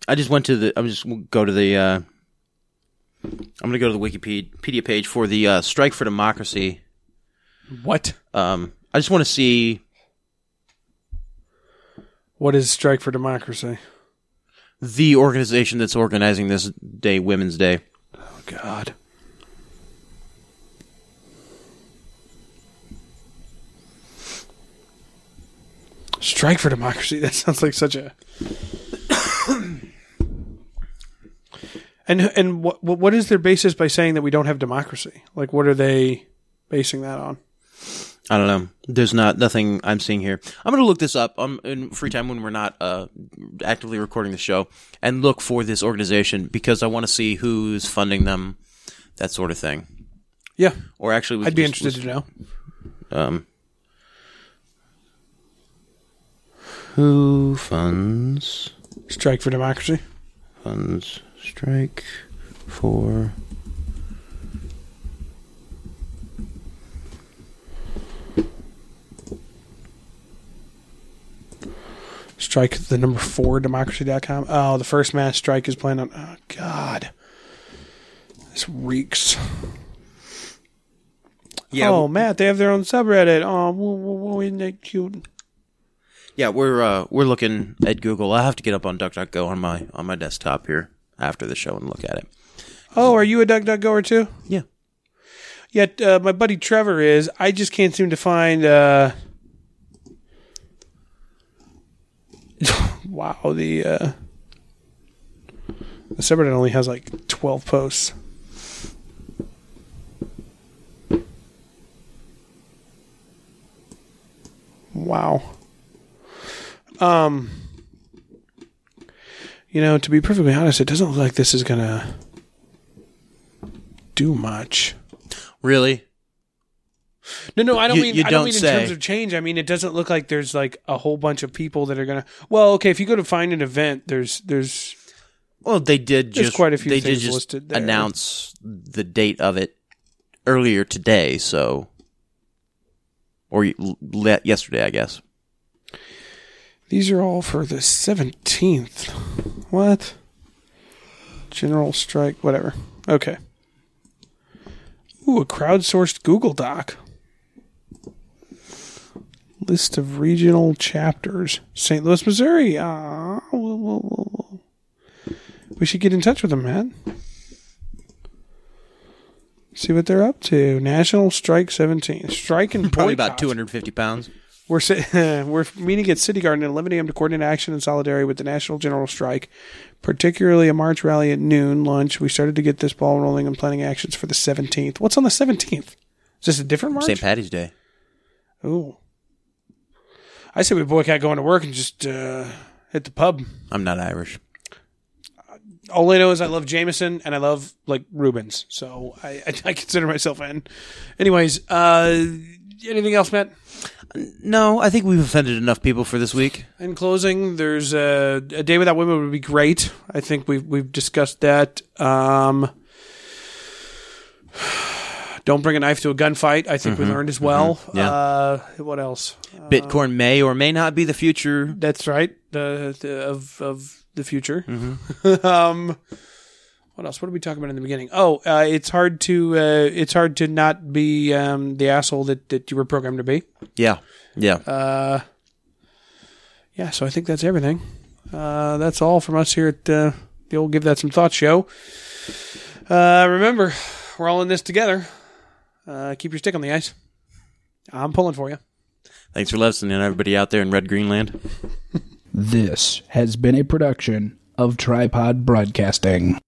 S2: I just went to the. I'm just gonna go to the. Uh, I'm gonna go to the Wikipedia page for the uh, strike for democracy.
S1: What?
S2: Um, I just want to see
S1: What is Strike for Democracy?
S2: the organization that's organizing this day, Women's Day.
S1: Oh God. Strike for democracy. That sounds like such a. and and what what what is their basis by saying that we don't have democracy? Like, what are they basing that on?
S2: I don't know. There's not nothing I'm seeing here. I'm gonna look this up um, in free time when we're not uh, actively recording the show and look for this organization because I want to see who's funding them, that sort of thing.
S1: Yeah,
S2: Or actually, we can
S1: I'd be
S2: just-
S1: interested to know.
S2: Um, who funds
S1: Strike for democracy.
S2: funds strike for?
S1: Strike the number four democracy.com. Oh, the first mass strike is planned on. Oh, God. This reeks.
S2: Yeah,
S1: oh, Matt, they have their own subreddit. Oh, woo, woo, woo, isn't that cute?
S2: Yeah, we're uh, we're looking at Google. I have to get up on DuckDuckGo on my on my desktop here after the show and look at it.
S1: Oh, are you a duck duck goer too?
S2: Yeah,
S1: Yet uh, my buddy Trevor is. I just can't seem to find. Uh... wow, the uh... the subreddit only has like twelve posts. Wow. Um. You know, to be perfectly honest, it doesn't look like this is gonna do much.
S2: really?
S1: No, no, I don't
S2: You-
S1: mean
S2: you
S1: I
S2: don't
S1: don't mean
S2: say.
S1: in terms of change. I mean it doesn't look like there's like a whole bunch of people that are gonna. Well, okay, if you go to find an event, there's there's
S2: Well, they did
S1: There's
S2: just
S1: quite a few
S2: they did
S1: things
S2: just
S1: listed there.
S2: announce the date of it earlier today, so or y- le- yesterday, I guess.
S1: these are all for the seventeenth. What? General strike, whatever. Okay. Ooh, a crowdsourced Google Doc. List of regional chapters. St. Louis, Missouri. Ah, woo, woo, woo, woo. we should get in touch with them, man. See what they're up to. National Strike 17. Strike and
S2: Probably about
S1: boycott.
S2: two hundred fifty pounds.
S1: We're si- we're meeting at City Garden at 11 a.m. to coordinate action in solidarity with the National General Strike, particularly a March rally at noon lunch. We started to get this ball rolling and planning actions for the 17th. What's on the 17th? Is this a different March?
S2: St. Patty's Day.
S1: Ooh. I say we boycott going to work and just uh, hit the pub.
S2: I'm not Irish.
S1: All I know is I love Jameson and I love like Rubens, so I, I, I consider myself in. Anyways, uh, anything else, Matt?
S2: No, I think we've offended enough people for this week.
S1: In closing, there's a, a day without women would be great. I think we've we've discussed that. Um, don't bring a knife to a gunfight. I think we learned as well.
S2: Yeah.
S1: Uh, what else?
S2: Bitcoin may or may not be the future.
S1: That's right. The, the of of the future. um, what else? What did we talk about in the beginning? Oh, uh, it's hard to uh, it's hard to not be um, the asshole that, that you were programmed to be.
S2: Yeah, yeah.
S1: uh, yeah, so I think that's everything. Uh, that's all from us here at uh, the old Give That Some Thought show. Uh, remember, we're all in this together. Uh, keep your stick on the ice. I'm pulling for you.
S2: Thanks for listening, everybody out there in Red Greenland.
S7: This has been a production of Tripod Broadcasting.